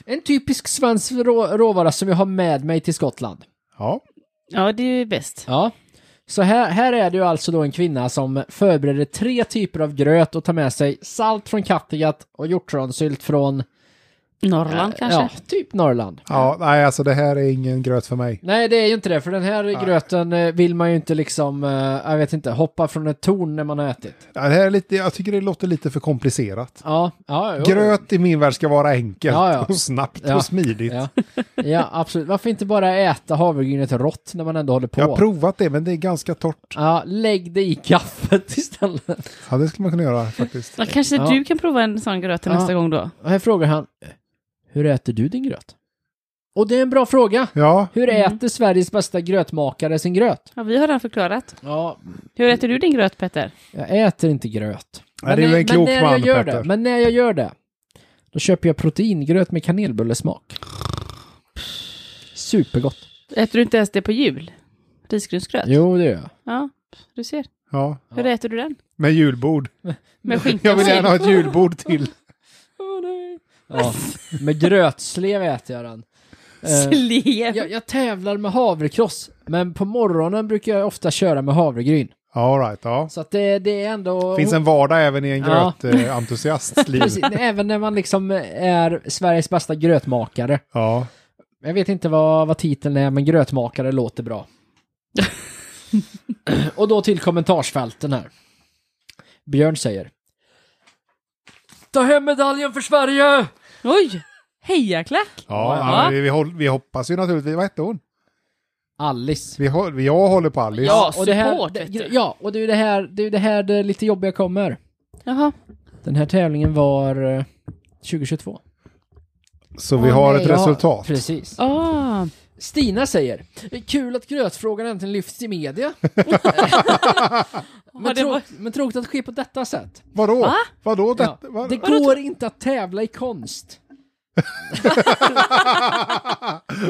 En typisk svensk rå- råvara som jag har med mig till Skottland.
Ja,
Ja, det är ju bäst.
Ja. Så här, här är det ju alltså då en kvinna som förbereder tre typer av gröt och tar med sig salt från Kattegatt och hjortronsylt från...
Norrland kanske?
Ja, typ Norrland.
ja, nej alltså det här är ingen gröt för mig.
Nej, det är ju inte det, för den här gröten eh, vill man ju inte liksom, eh, jag vet inte, hoppa från ett torn när man har ätit.
Ja, Det här är lite, jag tycker det låter lite för komplicerat.
Ja, ja, jo.
Gröt i min värld ska vara enkelt
Ja, ja.
och snabbt
Ja.
och smidigt.
Ja. ja, absolut. Varför inte bara äta havregrynet rått när man ändå håller på?
Jag har provat det, men det är ganska torrt.
Ja, lägg det i kaffet istället.
Ja, det skulle man kunna göra faktiskt.
Ja, kanske
Ja.
du kan prova en sån gröt till
Ja.
nästa gång då?
Och här frågar han, "Eh, hur äter du din gröt? Och det är en bra fråga.
Ja,
Hur
Mm.
äter Sveriges bästa grötmakare sin gröt?
Ja, vi har redan förklarat.
Ja,
Hur äter du din gröt, Petter?
jag äter inte gröt.
det är ju en klok
men när
man,
jag gör
Petter.
det, Men när jag gör det, då köper jag proteingröt med kanelbullesmak. Supergott.
Äter du inte ens det på jul? Risgrynsgröt?
Jo, det gör jag.
Ja, du ser.
ja.
Hur äter du den?
Med julbord.
Med skinka
Jag vill
och
gärna ha ett julbord till.
Ja, med grötslev äter jag den. Eh,
*laughs* slev.
jag, jag tävlar med havrekross, men på morgonen brukar jag ofta köra med havregryn.
Ja, all right, ja.
Så att det, det är ändå...
Finns en vardag även i en
Ja.
grötentusiasts liv.
Precis, även när man liksom är Sveriges bästa grötmakare.
Ja.
Jag vet inte vad, vad titeln är, men grötmakare
*laughs*
låter bra. Och då till kommentarsfälten här. Björn säger. Ta hem medaljen för Sverige!
Oj! Hejaklack!
Ja,
Ja.
ja, Vi, vi, håll, vi hoppas ju naturligtvis, vad hette hon?
Alice.
Vi, håll- vi, jag håller på Alice.
Ja.
och det här,
support,
det,
vet du.
ja, och det är ju det här, det är ju det här det lite jobbiga kommer.
Jaha.
Den här tävlingen var eh, 2022.
Så vi
Åh,
har
nej,
ett
ja,
resultat.
Precis.
Ah.
Stina säger, kul att grötfrågan äntligen lyfts
*laughs*
i media. *laughs*
Ja,
men,
det
trå-
var-
men tråkigt att det sker på detta sätt.
Vadå?
Va?
Vadå? Det,
Ja,
vad-
det går inte att tävla i konst.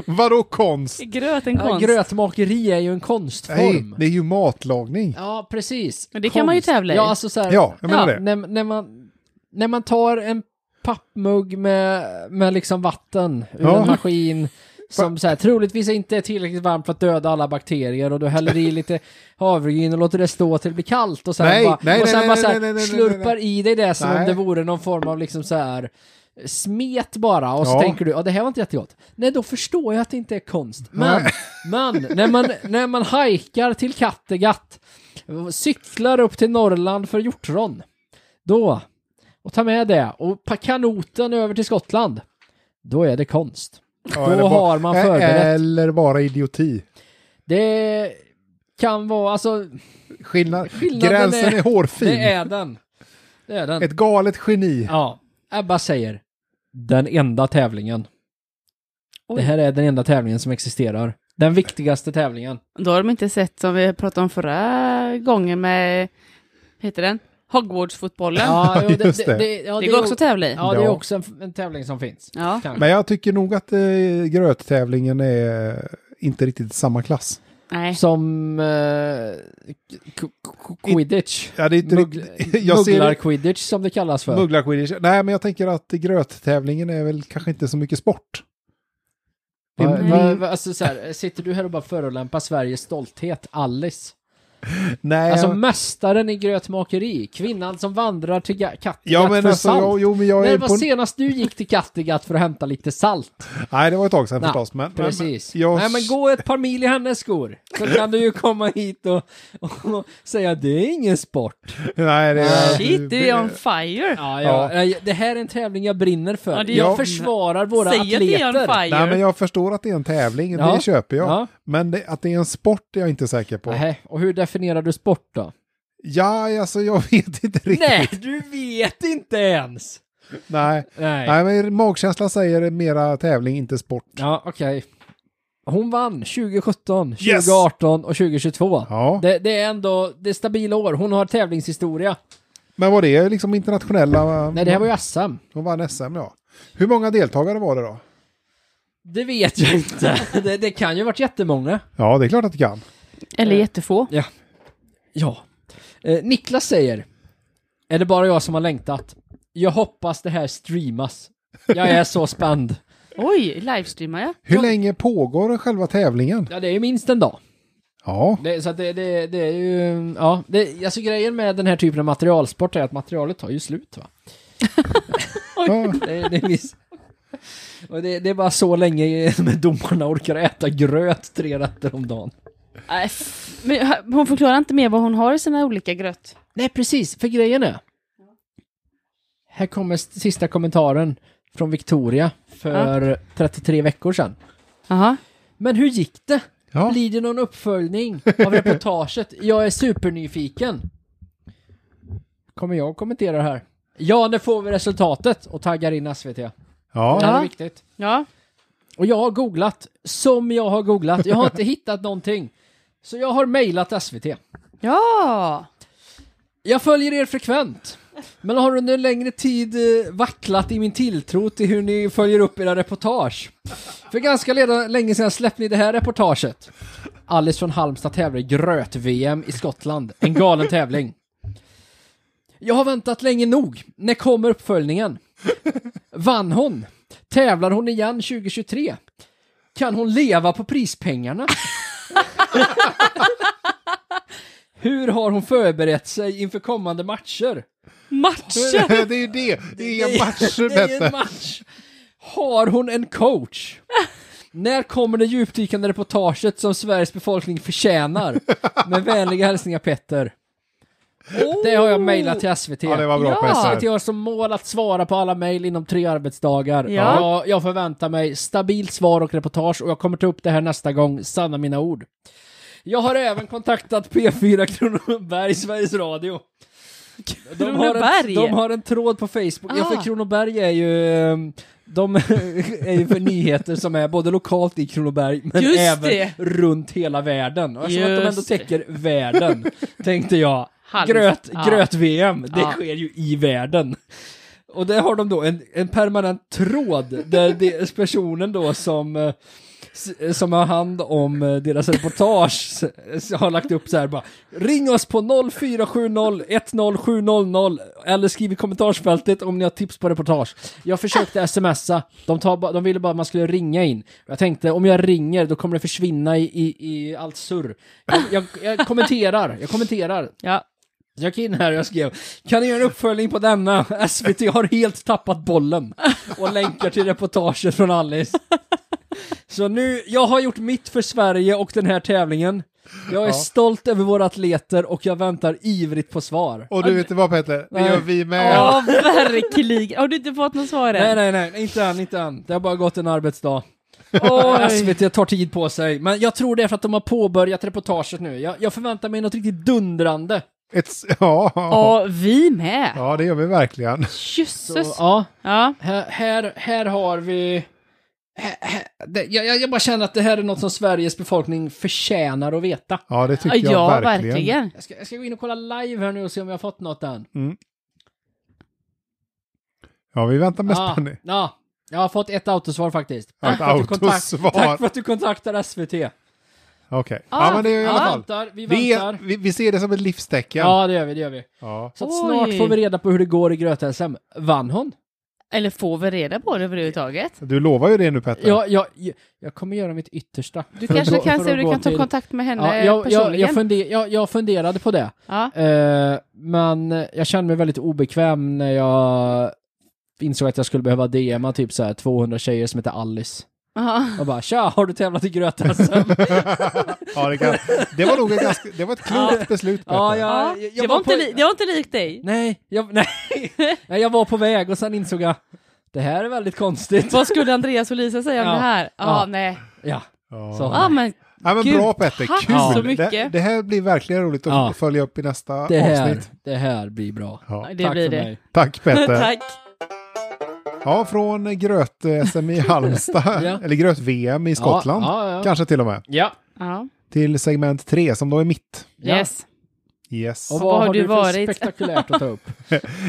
Vadå konst?
Gröt en
Ja,
konst.
grötmakeri är ju en
Nej,
konstform.
det är ju matlagning.
Ja, precis.
Men det kan man ju tävla i.
Ja, alltså så här,
Ja, jag menar
Ja,
det.
När, när, man, när man tar en pappmugg med, med liksom vatten ur
Ja. *laughs*
en maskin som så här, troligtvis inte är tillräckligt varmt för att döda alla bakterier och du häller
*laughs*
i lite havregryn och låter det stå till det blir kallt och sen
Nej,
bara,
nej,
och sen
nej,
bara
nej,
så här,
nej, nej, nej,
slurpar i dig det som om
Nej.
det vore någon form av liksom så här smet bara och så
Ja.
tänker du ja det här var inte jättegott. Nej då förstår jag att det inte är konst. Men, men när man, när man hajkar till Kattegatt, cyklar upp till Norrland för hjortron, då, och tar med det och packar kanoten över till Skottland, då är det konst.
Ja,
då
eller bara-
har man förberett.
Eller bara idioti.
Det kan vara, alltså,
Skillnad,
Skillnaden
gränsen
är-
är, hårfin.
det är den. Det är den.
Ett galet geni.
Ja, Ebba säger den enda tävlingen.
Oj.
Det här är den enda tävlingen som existerar. Den viktigaste tävlingen.
Då har de inte sett som vi pratade om förra gången med, vad heter den? Hogwarts-fotbollen.
Ja, jo,
*laughs* just det.
ja,
det
är
går
o-
också att tävla i.
Ja, det är
Ja.
också en, en tävling som finns.
Ja.
Kanske.
Men jag tycker nog att eh, gröttävlingen är inte eh, riktigt samma klass.
Nej.
Som eh, k- k- quidditch.
Ja, det är inte
Mugg-
riktigt- *laughs* jag ser det-
Mugglar-quidditch som det kallas för.
Mugglarquidditch. Nej, men jag tänker att gröttävlingen är väl kanske inte så mycket sport. Det
Va,
är,
va, va, alltså, så här, sitter du här och bara förolämpar Sveriges stolthet, Alice?
nej,
Alltså
jag-
mästaren i grötmakeri, kvinnan som vandrar till Ga- Kattegatt
ja, men
för
alltså,
salt.
jag, jo, men jag
När
är
var
på...
senast du gick till Kattegatt för att hämta lite salt?
Nej, det var ett tag sedan
Nej,
förstås. Men, men-
Precis.
Men, jag...
Nej men gå ett par mil i hennes skor, så kan du ju komma hit och, och säga det är ingen sport.
*laughs* Nej, det är...
Shit, du är on fire.
Ja.
Ja, ja. nej, Det här är en tävling jag brinner för.
Ja, det-
jag
Ja.
försvarar våra
Säg att det är on
atleter.
fire.
Nej, men jag förstår att det är en tävling.
Ja.
Det köper jag.
Ja.
Men det, att det är en sport är jag inte säker på.
Nähä, och hur definierar du sport då?
Ja, alltså jag *laughs* vet inte riktigt.
Nej, du vet inte ens!
Nej.
Nej.
Nej, men magkänslan säger mera tävling, inte sport.
Ja, okej. Hon vann 2017,
Yes!
2018 och 2022.
Ja.
Det, det är ändå, det är stabila år. Hon har tävlingshistoria.
Men var det liksom internationella?
Nej, det här var ju SM.
De vann SM, ja. Hur många deltagare var det då?
Det vet jag inte. *laughs* Det, det kan ju ha varit jättemånga.
Ja, det är klart att det kan.
Eller jättefå.
Ja. Eh, Niklas säger, är det bara jag som har längtat? Jag hoppas det här streamas. Jag är så spänd.
Oj, livestreamar jag?
Hur länge pågår själva tävlingen?
Ja, det är ju minst en dag.
Ja,
Det, så att det, det, det är ju, ja, det, alltså grejen med den här typen av materialsport är att materialet tar ju slut va.
ja,
Det, det, är viss... *laughs* och det, det är bara så länge *laughs* med domarna orkar äta gröt tre rätter om dagen.
Nej, f- Men h- hon förklarar inte mer vad hon har i sina olika gröt.
Nej, precis, för grejen är... Här kommer s- sista kommentaren från Victoria för 33 veckor sedan.
Jaha.
Men hur gick det?
ja.
Blir det någon uppföljning
*laughs*
av reportaget? Jag är supernyfiken. Kommer jag att kommentera det här? Ja, när får vi resultatet? Och taggar in SVT. Det
ja.
här
Ja.
är viktigt.
Ja.
Och jag har googlat, som jag har googlat. Jag
*laughs*
har inte hittat någonting. Så jag har mejlat SVT.
Ja!
Jag följer er frekvent. Men har under en längre tid eh, vacklat i min tilltro till hur ni följer upp era reportage. För ganska leda- länge sedan släppte ni det här reportaget. Alice från Halmstad tävlar i gröt-VM i Skottland. En galen tävling. Jag har väntat länge nog. När kommer uppföljningen? Vann hon? Tävlar hon igen 2023? Kan hon leva på prispengarna? Hur har hon förberett sig inför kommande matcher?
Matcher!
*laughs* Det är ju det. Det är inga matcher,
Det är en
Petter.
match. Har hon en coach? När kommer det djupdykande reportaget som Sveriges befolkning förtjänar? Med vänliga hälsningar Petter. *laughs* Det har jag mejlat till SVT.
Ja, det var bra,
Ja.
SVT
Petter.
har som mål att svara på alla mejl inom tre arbetsdagar.
Ja.
Jag, jag förväntar mig stabilt svar och reportage och jag kommer ta upp det här nästa gång, sanna mina ord. Jag har även kontaktat P4 Kronoberg, Sveriges Radio. De har, en,
Kronoberg.
de har en tråd på Facebook. Ja, för
Ah.
Kronoberg är ju... ehm, De *laughs* är ju för nyheter som är både lokalt i Kronoberg men
Just
även
det.
runt hela världen. Och eftersom att de ändå
Just det.
täcker världen tänkte jag,
Halmstad.
gröt,
Ja.
gröt-VM, det
Ja.
sker ju i världen. Och där har de då en, en permanent tråd där det, personen då som eh, s- som har hand om eh, deras reportage s- s- har lagt upp så här bara Ring oss på 0470 10700 eller skriv i kommentarsfältet om ni har tips på reportage. Jag försökte smsa, de, tar ba, de ville bara att man skulle ringa in. Jag tänkte om jag ringer då kommer det försvinna i, i, i allt surr. Jag, jag, jag kommenterar, jag kommenterar.
Ja.
Så Jag gick in här och jag skrev Kan ni göra en uppföljning på denna? SVT har helt tappat bollen och länkar till reportaget från Alice. Så nu, jag har gjort mitt för Sverige och den här tävlingen. Jag är stolt över våra atleter och jag väntar ivrigt på svar.
Och du vet vad, Petter? Det
Nej.
gör vi med.
Ja, verkligen. Har du inte fått något svar
Nej,
än?
nej, nej, inte än, inte än. Det har bara gått en arbetsdag. Och SVT tar tid på sig. Men jag tror det är för att de har påbörjat reportaget nu. Jag, jag förväntar mig något riktigt dundrande.
Ett, s- *laughs* ja.
Ja, vi med.
ja, det gör vi verkligen.
Så,
Jösses.
ja.
Ja.
Här, här, här har vi... Här, här, det, jag, jag- jag bara känner att det här är något som Sveriges befolkning förtjänar att veta.
Ja, det tycker jag
Ja,
verkligen.
verkligen.
Jag ska, jag ska gå in och kolla live här nu och se om jag har fått något
Mm,
än.
Ja, vi väntar med
Ja,
spänning.
ja, jag har fått ett autosvar faktiskt.
Ja, ett
för att du kontakt-
autosvar.
tack för att du kontaktar SVT.
Okej.
Ah,
ja, men det är i alla
ja.
fall.
väntar, vi
Vi,
väntar.
vi, vi ser det som ett livstecken.
Ja, det gör vi, det gör vi.
Ja.
Så att
Oj.
snart får vi reda på hur det går i gröt-SM. Vann hon?
Eller får vi reda på det överhuvudtaget?
Du lovar ju det nu Petter.
Ja, jag, jag, jag kommer göra mitt yttersta.
Du
För att
kanske
gå-
kan
för
se hur
att
du
gå
kan ta
till-
kontakt med henne
Ja, jag, jag,
personligen.
jag, funder, jag, jag funderade på det.
ja.
Eh, men jag kände mig väldigt obekväm när jag insåg att jag skulle behöva DMa typ så här 200 tjejer som heter Alice.
Ja.
Och bara tja, har du tävlat
*laughs*
i gröt-SM?
ja, det, kan, det var nog ett, ganska, det var ett klokt beslut Petter.
ja, jag,
Ja.
jag,
Det var inte li- det var inte likt dig.
Nej, jag, *laughs* nej. nej, jag var på väg och sen insåg jag det här är väldigt konstigt.
Vad skulle Andreas och Lisa säga om
Ja.
det här? Ja,
Ja.
nej.
Ja,
Ja.
så.
Ja, men
Ja, men
Gud,
bra Petter,
tack
kul!
så
mycket.
Det, det här blir verkligen roligt att
Ja.
följa upp i nästa
det, här,
avsnitt.
det här blir bra.
Ja.
det
Tack
blir
för
det. *laughs*
mig.
Tack
*laughs*
Petter!
Tack.
Ja, från gröt-SM
*laughs*
i Halmstad,
Ja.
eller gröt-VM i Skottland,
Ja, ja, ja.
kanske till och med,
Ja.
Ja.
till segment 3 som då är mitt.
Ja.
Yes.
Yes.
Och
Vad
vad
har
har
du
du för
varit?
spektakulärt att
*laughs*
ta upp?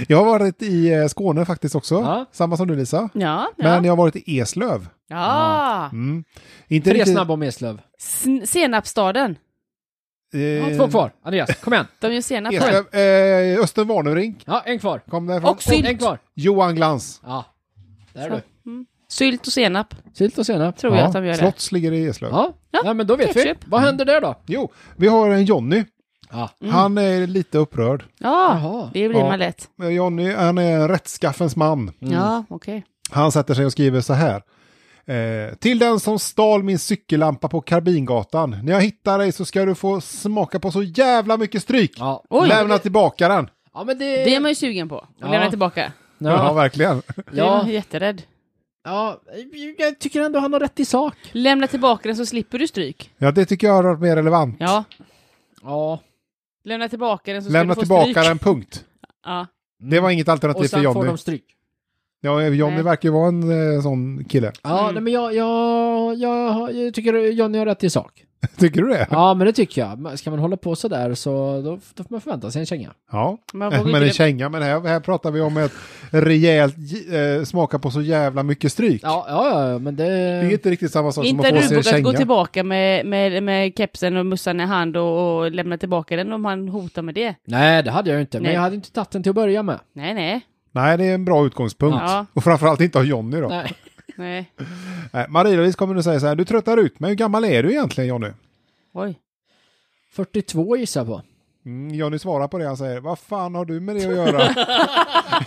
Jag har varit i eh, Skåne faktiskt också,
Ja.
samma som du Lisa.
Ja. ja.
Men jag har varit i Eslöv.
ja.
Mm. Inte
Tre
riktigt-
snabba om Eslöv.
Sn- senapsstaden.
eh,
Två kvar. Andreas, kom igen.
De gör senap. själv.
Eslöv, eh, Östen Warnerink
Ja, en kvar.
kom därifrån.
Och sylt.
En kvar.
Johan Glans.
Ja, där är
Så.
du.
Sylt och senap,
Sylt och senap.
tror jag att de gör det.
Slotts ligger i Eslöv.
Ja, Mm.
Ja,
Nej, men då vet
ketchup.
vi. Vad händer där då?
Jo, vi har en Jonny.
Ja.
Mm.
Han är lite upprörd.
Ja,
Jaha.
det
Ja.
blir
Mm.
man lätt.
Eh, Jonny, han är en rättskaffens man.
Ja, okej.
Han sätter sig och skriver så här. Eh, till den som stal min cykellampa på Karbingatan. När jag hittar dig så ska du få smaka på så jävla mycket stryk.
Ja.
Oj.
Lämna tillbaka den.
ja, men det...
Det är man ju sugen på. Och
Ja.
lämna tillbaka.
Ja,
ja.
verkligen.
Ja. Är man
Ja.
jätterädd.
ja, jag tycker ändå han har rätt i sak.
Lämna tillbaka den så slipper du stryk.
Ja, det tycker jag har varit mer relevant.
Ja.
Ja,
Lämna tillbaka den så ska
Lämna
du få stryk. Mm.
tillbaka den, punkt.
Ja.
Det var inget
och
alternativ för
sen får
Jonny.
de stryk.
Ja, Jonny
Nej.
verkar ju vara en eh, sån kille. *laughs*
Ja,
Mm.
nej, men jag, jag, jag, jag tycker Johnny har rätt i sak.
Tycker du det?
Ja, men det tycker jag. Men Ska man hålla på så där så då, då får man förvänta sig en känga.
Ja.
Man vågar
Men en
inte...
känga, men här, här pratar vi om ett rejält eh, smaka på så jävla mycket stryk.
Ja, ja, ja, ja, men det...
Det är inte riktigt samma sak
eh, Inte
som
hade
att
du
få
vågat
sig en
gå
känga.
tillbaka med, med, med kepsen och mössan i hand och, och lämna tillbaka den om han hotar med det.
Nej, det hade jag ju inte. Men
Nej.
jag hade inte tagit den till att börja med.
Nej, nej.
Nej, det är en bra utgångspunkt.
Ja.
Och framförallt inte av Jonny då.
Nej.
nej.
Nej, Marie-Louise kommer nu säga så här, du tröttar ut mig. Hur gammal är du egentligen Jonny?
Oj.
42 gissar jag på.
Mm, Jonny svarar på det, han säger, vad fan har du med det att göra? *laughs*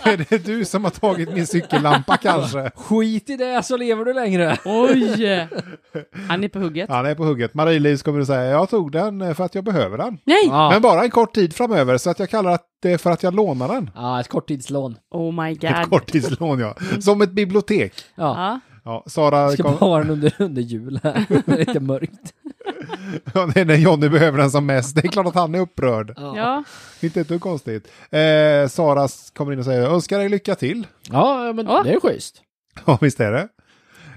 är det du som har tagit min cykellampa kanske?
Skit i det så lever du längre.
Oj! Han är på hugget.
Han är på hugget. Marie-Louise kommer att säga, jag tog den eh, för att jag behöver den.
Nej!
Ja,
Men bara en kort tid framöver, så att jag kallar att det för att jag lånar den.
ja ett korttidslån.
Oh my god.
Ett *laughs* korttidslån ja. Som ett bibliotek.
Ja.
Ja.
Ja, Sara
Mm. Ska
kom,
bara ha den under, under jul här. *laughs* Det är Lite mörkt.
*laughs* Ja, det är när Jonny behöver den som mest. Det är klart att han är upprörd.
Ja.
Inte ett dugg konstigt. Eh, Sara kommer in och säger önskar dig lycka till.
ja men
Ja.
det är schysst.
*laughs* Ja, visst är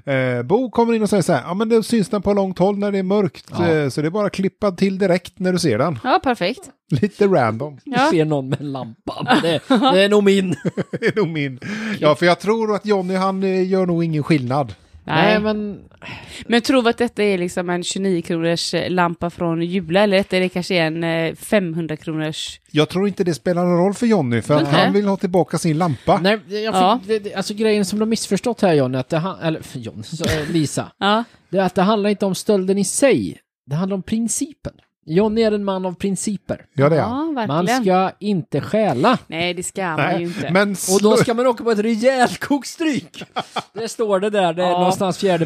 det. Eh, Bo kommer in och säger så här, ja men det syns den på långt håll när det är mörkt.
Ja.
Eh, så det är bara att klippa till direkt när du ser
*laughs*
den.
ja, perfekt.
Lite random.
Ja.
Du ser någon med en *laughs* lampa. men Det, det är nog min.
*laughs* Det är nog min. Ja, för jag tror att Jonny han eh, gör nog ingen skillnad.
Nej, men...
men...
men tror vi att detta är liksom en 29-kronors lampa från Jula eller detta är det kanske en eh, 500-kronors...
Jag tror inte det spelar någon roll för Jonny för att
Nej.
han vill ha tillbaka sin lampa.
Nej, jag fick,
Ja.
det, det, alltså grejen som de missförstått här John, är att det han, eller för John, så, eh, Lisa,
Ja.
det är att det handlar inte om stölden i sig. Det handlar om principen. John är en man av principer.
Ja, det är han.
ja, verkligen.
Man ska inte stjäla.
Nej, det ska man ju
Nej,
inte.
men
Och då
slå-
ska man åka på ett rejält kokstryk. Det står det där, det är
Ja.
någonstans fjärde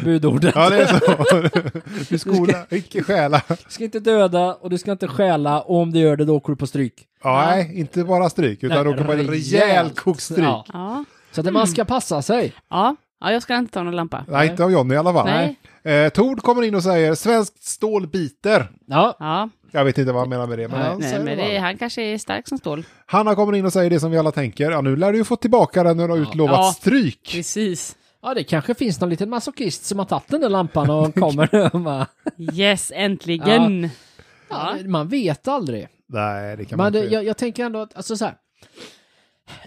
*laughs*
budordet.
Ja, det är
*laughs*
så. Du skola, icke stjäla.
Du ska inte döda och du ska inte stjäla och om du gör det då åker du på stryk.
Ja, nej, inte bara stryk, utan
Nej,
då kommer en rejäl
rejält.
kokstryk.
Ja.
Ja.
Så att man ska passa sig.
Ja. ja, jag ska inte ta någon lampa.
Nej, inte av Jonny i alla fall.
Nej.
Eh, Tord kommer in och säger svenskt stål biter.
Ja,
Ja,
Jag vet inte vad han menar med det, men
Nej.
han
nej,
säger
men
det
det,
bara.
han kanske är stark som stål.
Hanna kommer in och säger det som vi alla tänker. Ja, nu lär du ju få tillbaka den när du har utlovat
Ja.
stryk.
Precis.
ja det kanske finns någon liten masochist som har tagit den där lampan och kommer nu. och bara-
Yes, äntligen!
Ja, man vet aldrig.
Nej, det kan man
Men det,
inte.
jag, jag tänker ändå att, alltså så här.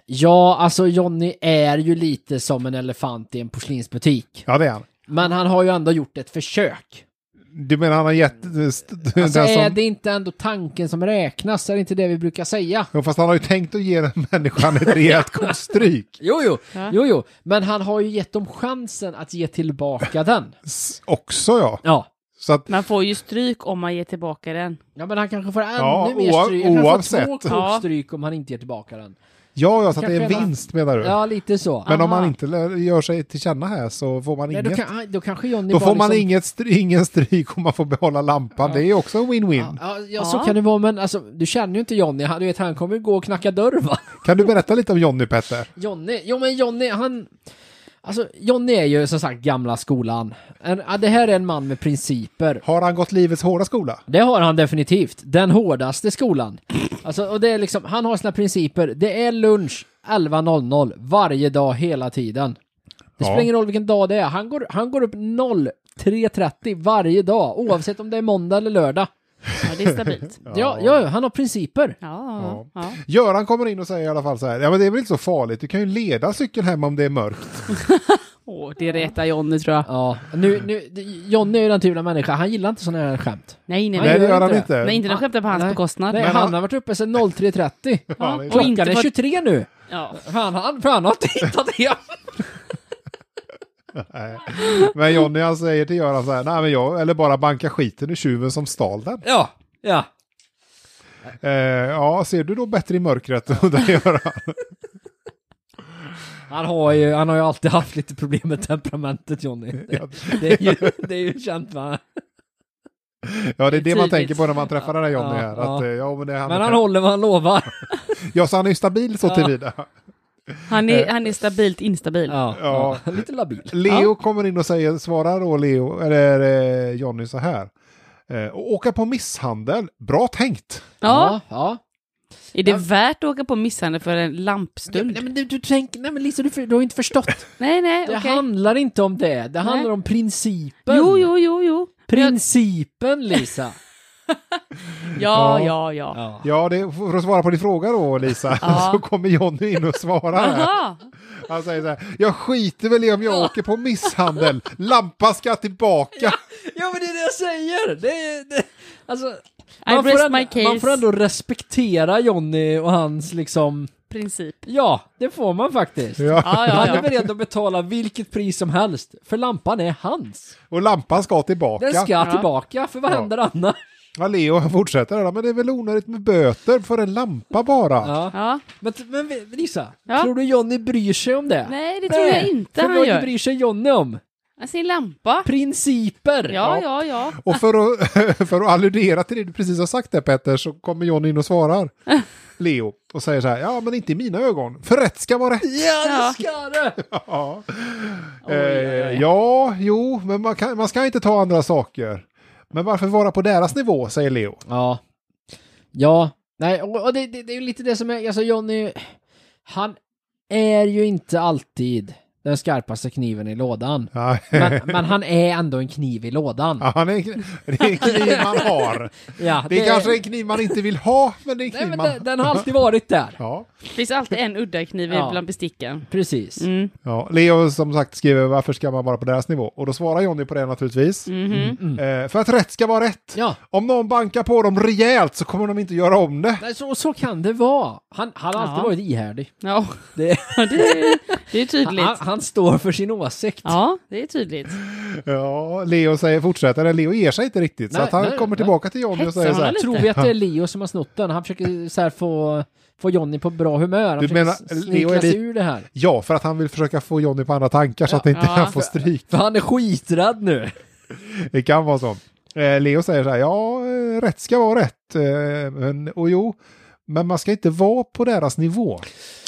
Ja, alltså Johnny är ju lite som en elefant i en porslinsbutik.
Ja, det är han.
Men han har ju ändå gjort ett försök.
Du menar han har gett... eh, st-
Alltså,
den som...
är det inte ändå tanken som räknas? Är det inte det vi brukar säga?
Jo, fast han har ju tänkt att ge den människan ett
*laughs*
rejält kostryk.
Jo, jo,
Ja.
jo, jo, men han har ju gett dem chansen att ge tillbaka den.
S- Också ja.
Ja.
Så att
Man får ju stryk om man ger tillbaka den.
Ja, men han kanske får ännu
Ja,
mer
oav-
stryk. Han kanske
oavsett.
får två
Ja.
krok stryk om han inte ger tillbaka den.
ja, ja, så att det är
Kanske
en
hela-
vinst menar du.
Ja, lite så.
Men om
Aha.
man inte lä- gör sig till känna här så får man
Nej,
inget.
då, kan, då kanske Johnny
Då
bara
får man
liksom,
inget stry- ingen stryk och man får behålla lampan. Det är ju också en win-win.
Ja, ja, så
Ja.
kan det vara, men alltså, du känner ju inte Johnny. Han, du vet, han kommer ju gå och knacka dörr, va? *laughs*
Kan du berätta lite om Jonny Petter?
Jonny, jo men Jonny, han... Alltså, Jonny är ju som sagt gamla skolan. En, ja, det här är en man med principer.
Har han gått livets hårda skola?
Det har han definitivt. Den hårdaste skolan. Alltså, och det är liksom, han har sina principer. Det är lunch 11.00 varje dag hela tiden.
Ja.
Det spelar ingen roll vilken dag det är. Han går, han går upp 03.30 varje dag, oavsett om det är måndag eller lördag.
Ja, det är stabilt.
Ja, ja, ja han har principer.
Ja, ja.
Göran kommer in och säger i alla fall så här, ja men det är väl inte så farligt, du kan ju leda cykeln hem om det är mörkt.
Åh, det retar Jonny tror jag.
Ja, nu, nu, Johnny är ju den typen av människa, han gillar inte såna här skämt.
Nej, nej,
Nej,
gör
det
nej.
gör han
inte
inte.
Nej, inte de skämtar på hans
Nej.
bekostnad.
Nej,
Men
han
han-
har varit uppe sedan 03.30.
Ja,
Ja,
det är
och
klart.
inte
Klockan är
fått-
23 nu.
Ja.
Fan, han, fan har inte hittat hem.
Nej. Men Jonny han säger till Göran så här, nej men jag, eller bara banka skiten i tjuven som stal den.
Ja, ja.
Eh, ja, ser du då bättre i mörkret? *laughs* undrar Göran.
Han har, ju, han har ju alltid haft lite problem med temperamentet, Johnny.
*laughs*
Det, det, är, ju, det är ju känt, va?
Ja, det är det man
Tydligt.
tänker på när man träffar den här Jonny
Ja,
här.
ja.
Att, eh, ja, men det är han
Men han håller vad han lovar.
Ja, så han är ju stabil så
Ja.
tillvida.
Han, är, han är stabilt instabil.
Ja,
Ja.
ja. Lite labil.
Leo kommer in och säger, svarar då Leo, eller eh, Jonny så här. Eh, och åka på misshandel, bra tänkt.
Ja,
Ja, ja.
är det värt att åka på misshandel för en lampstund?
Nej men du, du tänker, nej men Lisa du, du har ju inte förstått.
Nej, nej,
Det
okej.
handlar inte om det, det handlar om principen.
Jo, jo, jo, jo.
Principen Lisa.
Ja, ja, ja.
*laughs* Ja.
Ja, det, för att svara på din fråga då Lisa,
Ja.
*laughs* så kommer Jonny in och svarar. Här.
Aha.
Han säger så här, jag skiter väl i om jag åker på misshandel, lampan ska tillbaka.
Ja men det är det jag säger! Det är, det, alltså,
I
man,
rest
får
my
ändå,
case.
man får ändå respektera Johnny och hans liksom,
Princip.
ja det får man faktiskt.
Ja.
Ja,
Han är
ja, ja.
beredd att betala vilket pris som helst, för lampan är hans.
Och lampan ska tillbaka.
Den ska
Ja.
tillbaka, för vad
Ja.
händer annars?
Ja, Leo han fortsätter där, men det är väl onödigt med böter för en lampa bara.
Ja.
ja.
Men, men Lisa,
Ja.
tror du Johnny bryr sig om det?
Nej, det tror jag inte
för
han
vad
gör.
bryr sig Johnny om?
Sin lampa.
Principer!
Ja, ja, ja.
Och för att, för att *laughs* alludera till det du precis har sagt där Petter så kommer John in och svarar Leo och säger så här, ja men inte i mina ögon, för rätt ska vara rätt.
Ja,
Ja.
det ska det!
Ja,
Oj, oj,
eh,
oj.
ja jo, men man, kan, man ska inte ta andra saker. Men varför vara på deras nivå, säger Leo.
Ja. Ja. Nej, och, och det, det, det är ju lite det som är, alltså Johnny, han är ju inte alltid den skarpaste kniven i *laughs* lådan.
Ja,
Men, men han är ändå en kniv i lådan.
*laughs* ja, han är, en kniv- det är en kniv man har.
Ja,
Det är kanske en kniv man inte vill ha, men det är en
Nej,
kniv
men
man...
den, den har alltid
*laughs*
varit där.
Ja.
Det finns alltid en udda kniv
Ja.
bland besticken.
Precis.
Mm.
Ja, Leo som sagt skriver varför ska man vara på deras nivå? Och då svarar Jonny på det naturligtvis.
Mhm.
Eh, för att rätt ska vara rätt.
Ja.
Om någon bankar på dem rejält så kommer de inte göra om det.
Nej, så, så kan det vara. Han han har alltid
Ja.
varit ihärdig.
Ja, *laughs*
Det,
det är, det är
han,
tydligt.
han står för sin åsikt.
Ja, det är tydligt.
Ja, Leo säger, fortsätter, eller Leo ger sig inte riktigt.
Nej,
så att han
nej,
kommer
nej.
tillbaka till Jonny och
Hetsar
säger så här.
honom lite.
Tror vi att det är Leo som har snott den? Han försöker så här få, få Johnny på bra humör. Han
Du
försöker
menar,
s-
Leo är
snickra sig
lite-
ur det här.
Ja, för att han vill försöka få Jonny på andra tankar så
Ja,
att inte
ja,
han får
för-
stryk.
För han är skiträdd nu.
Det kan vara så. Eh, Leo säger så här, ja, eh, rätt ska vara rätt. Eh, men, och jo, men man ska inte vara på deras nivå.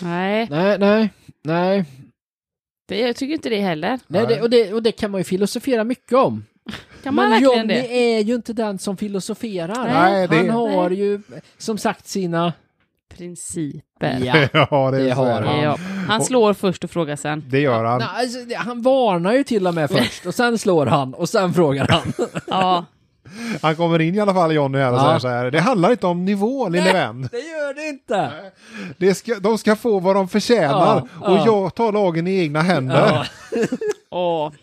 Nej,
Nej, nej, nej.
det, jag tycker inte det heller.
nej det, och, det, och det kan man ju filosofera mycket om.
Kan man
Men
verkligen
Johnny
det?
är ju inte den som filosoferar.
Nej.
Nej, det,
Han har
Nej.
ju som sagt sina...
Principer.
Ja.
*laughs* ja, det,
Det
är så
har
är det.
han.
Ja. Han slår först och frågar sen.
Det gör han.
Nej, alltså, det- han varnar ju till och med först och sen slår han och sen frågar
*laughs*
han.
*laughs* Ja,
Han kommer in i alla fall, Jonny, här och
Ja.
säger så här. Det handlar inte om nivå, lille vän.
det gör det inte!
Det ska, de ska få vad de förtjänar
Ja,
och
ja.
jag tar lagen i egna händer.
åh.
*laughs*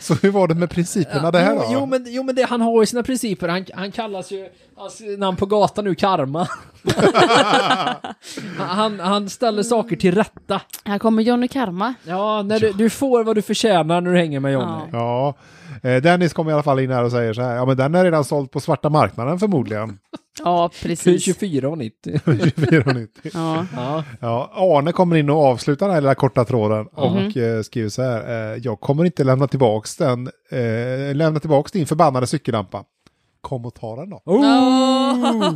Så hur var det med principerna det här
jo,
då?
jo, men, jo men det, han har ju sina principer. Han, han kallas ju, hans namn på gatan
*laughs*
nu, Karma. han, han ställer saker till rätta.
Här kommer Johnny Karma.
Ja, när du, du får vad du förtjänar när du hänger med Johnny.
Ja.
Ja, eh, Dennis kom i alla fall in här och säger så här, ja men den är redan såld på svarta marknaden förmodligen.
Ja,
För
precis.
24,90.
24,90.
*laughs* Ja.
Ja.
Ja, Arne kommer in och avslutar den här lilla korta tråden
Mhm.
och eh, skriver så här. Eh, jag kommer inte lämna tillbaks den. Eh, lämna tillbaks din förbannade cykellampa. Kom och ta den då.
Oh.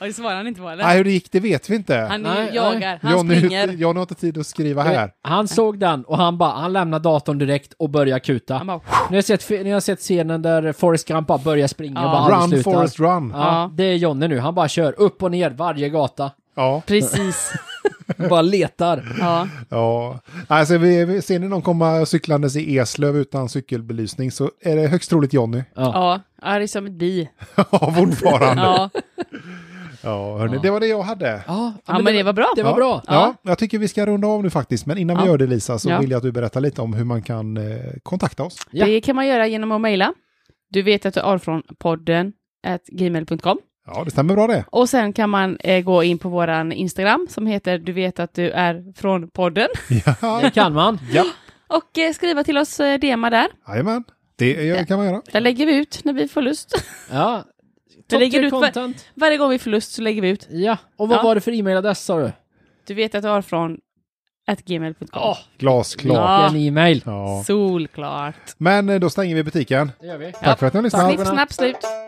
Och det svarar han inte på eller?
Nej, hur det gick det vet vi inte.
Han
Nej,
jagar,
nej.
han springer.
Johnny har inte tid att skriva här.
Han såg den och han bara, han lämnar datorn direkt och börjar
Han
kuta.
bara,
Ni har sett, ni har sett scenen där Forrest Gump bara börjar springa och
Ja.
bara aldrig
Run
slutar.
Forrest Run. Ja.
Ja,
Ja.
det är Jonny nu. Han bara kör upp och ner varje gata.
ja.
precis.
Bara letar.
Ja.
Alltså, vi, vi- ser ni någon komma cyklandes i Eslöv utan cykelbelysning så är det högst troligt Johnny. *laughs*
Ja. ja, det är som ett bi.
Ja, fortfarande. ja,
Ja,
hörni, det var det jag hade.
Ja,
ja men det var bra.
Det var bra.
Ja, jag tycker vi ska runda av nu faktiskt. Men innan vi
Ja.
gör det Lisa så
Ja.
vill jag att du berättar lite om hur man kan eh, kontakta oss.
Ja.
Det kan man göra genom att mejla. Du vet att du är från podden at gmail.com.
Ja, det stämmer bra det.
Och sen kan man eh, gå in på våran Instagram som heter Du vet att du är från podden.
Det kan man.
Ja,
Och eh, skriva till oss eh, DMa där.
jajamän. Det eh, kan man göra.
Där lägger vi ut när vi får lust. *laughs*
Ja. Topp
lägger
tre
ut vad-
content.
Varje gång vi får lust så lägger vi ut.
Ja. Och vad
Ja.
var det för e-mailadress sa du?
Du vet att du är från at gmail.com.
Ja,
Glasklart.
Ja.
en e-mail.
Ja.
Solklart.
Men eh, då stänger vi butiken.
Det gör vi.
Tack för att ni har lyssnat.
Snipp, snapp, slut.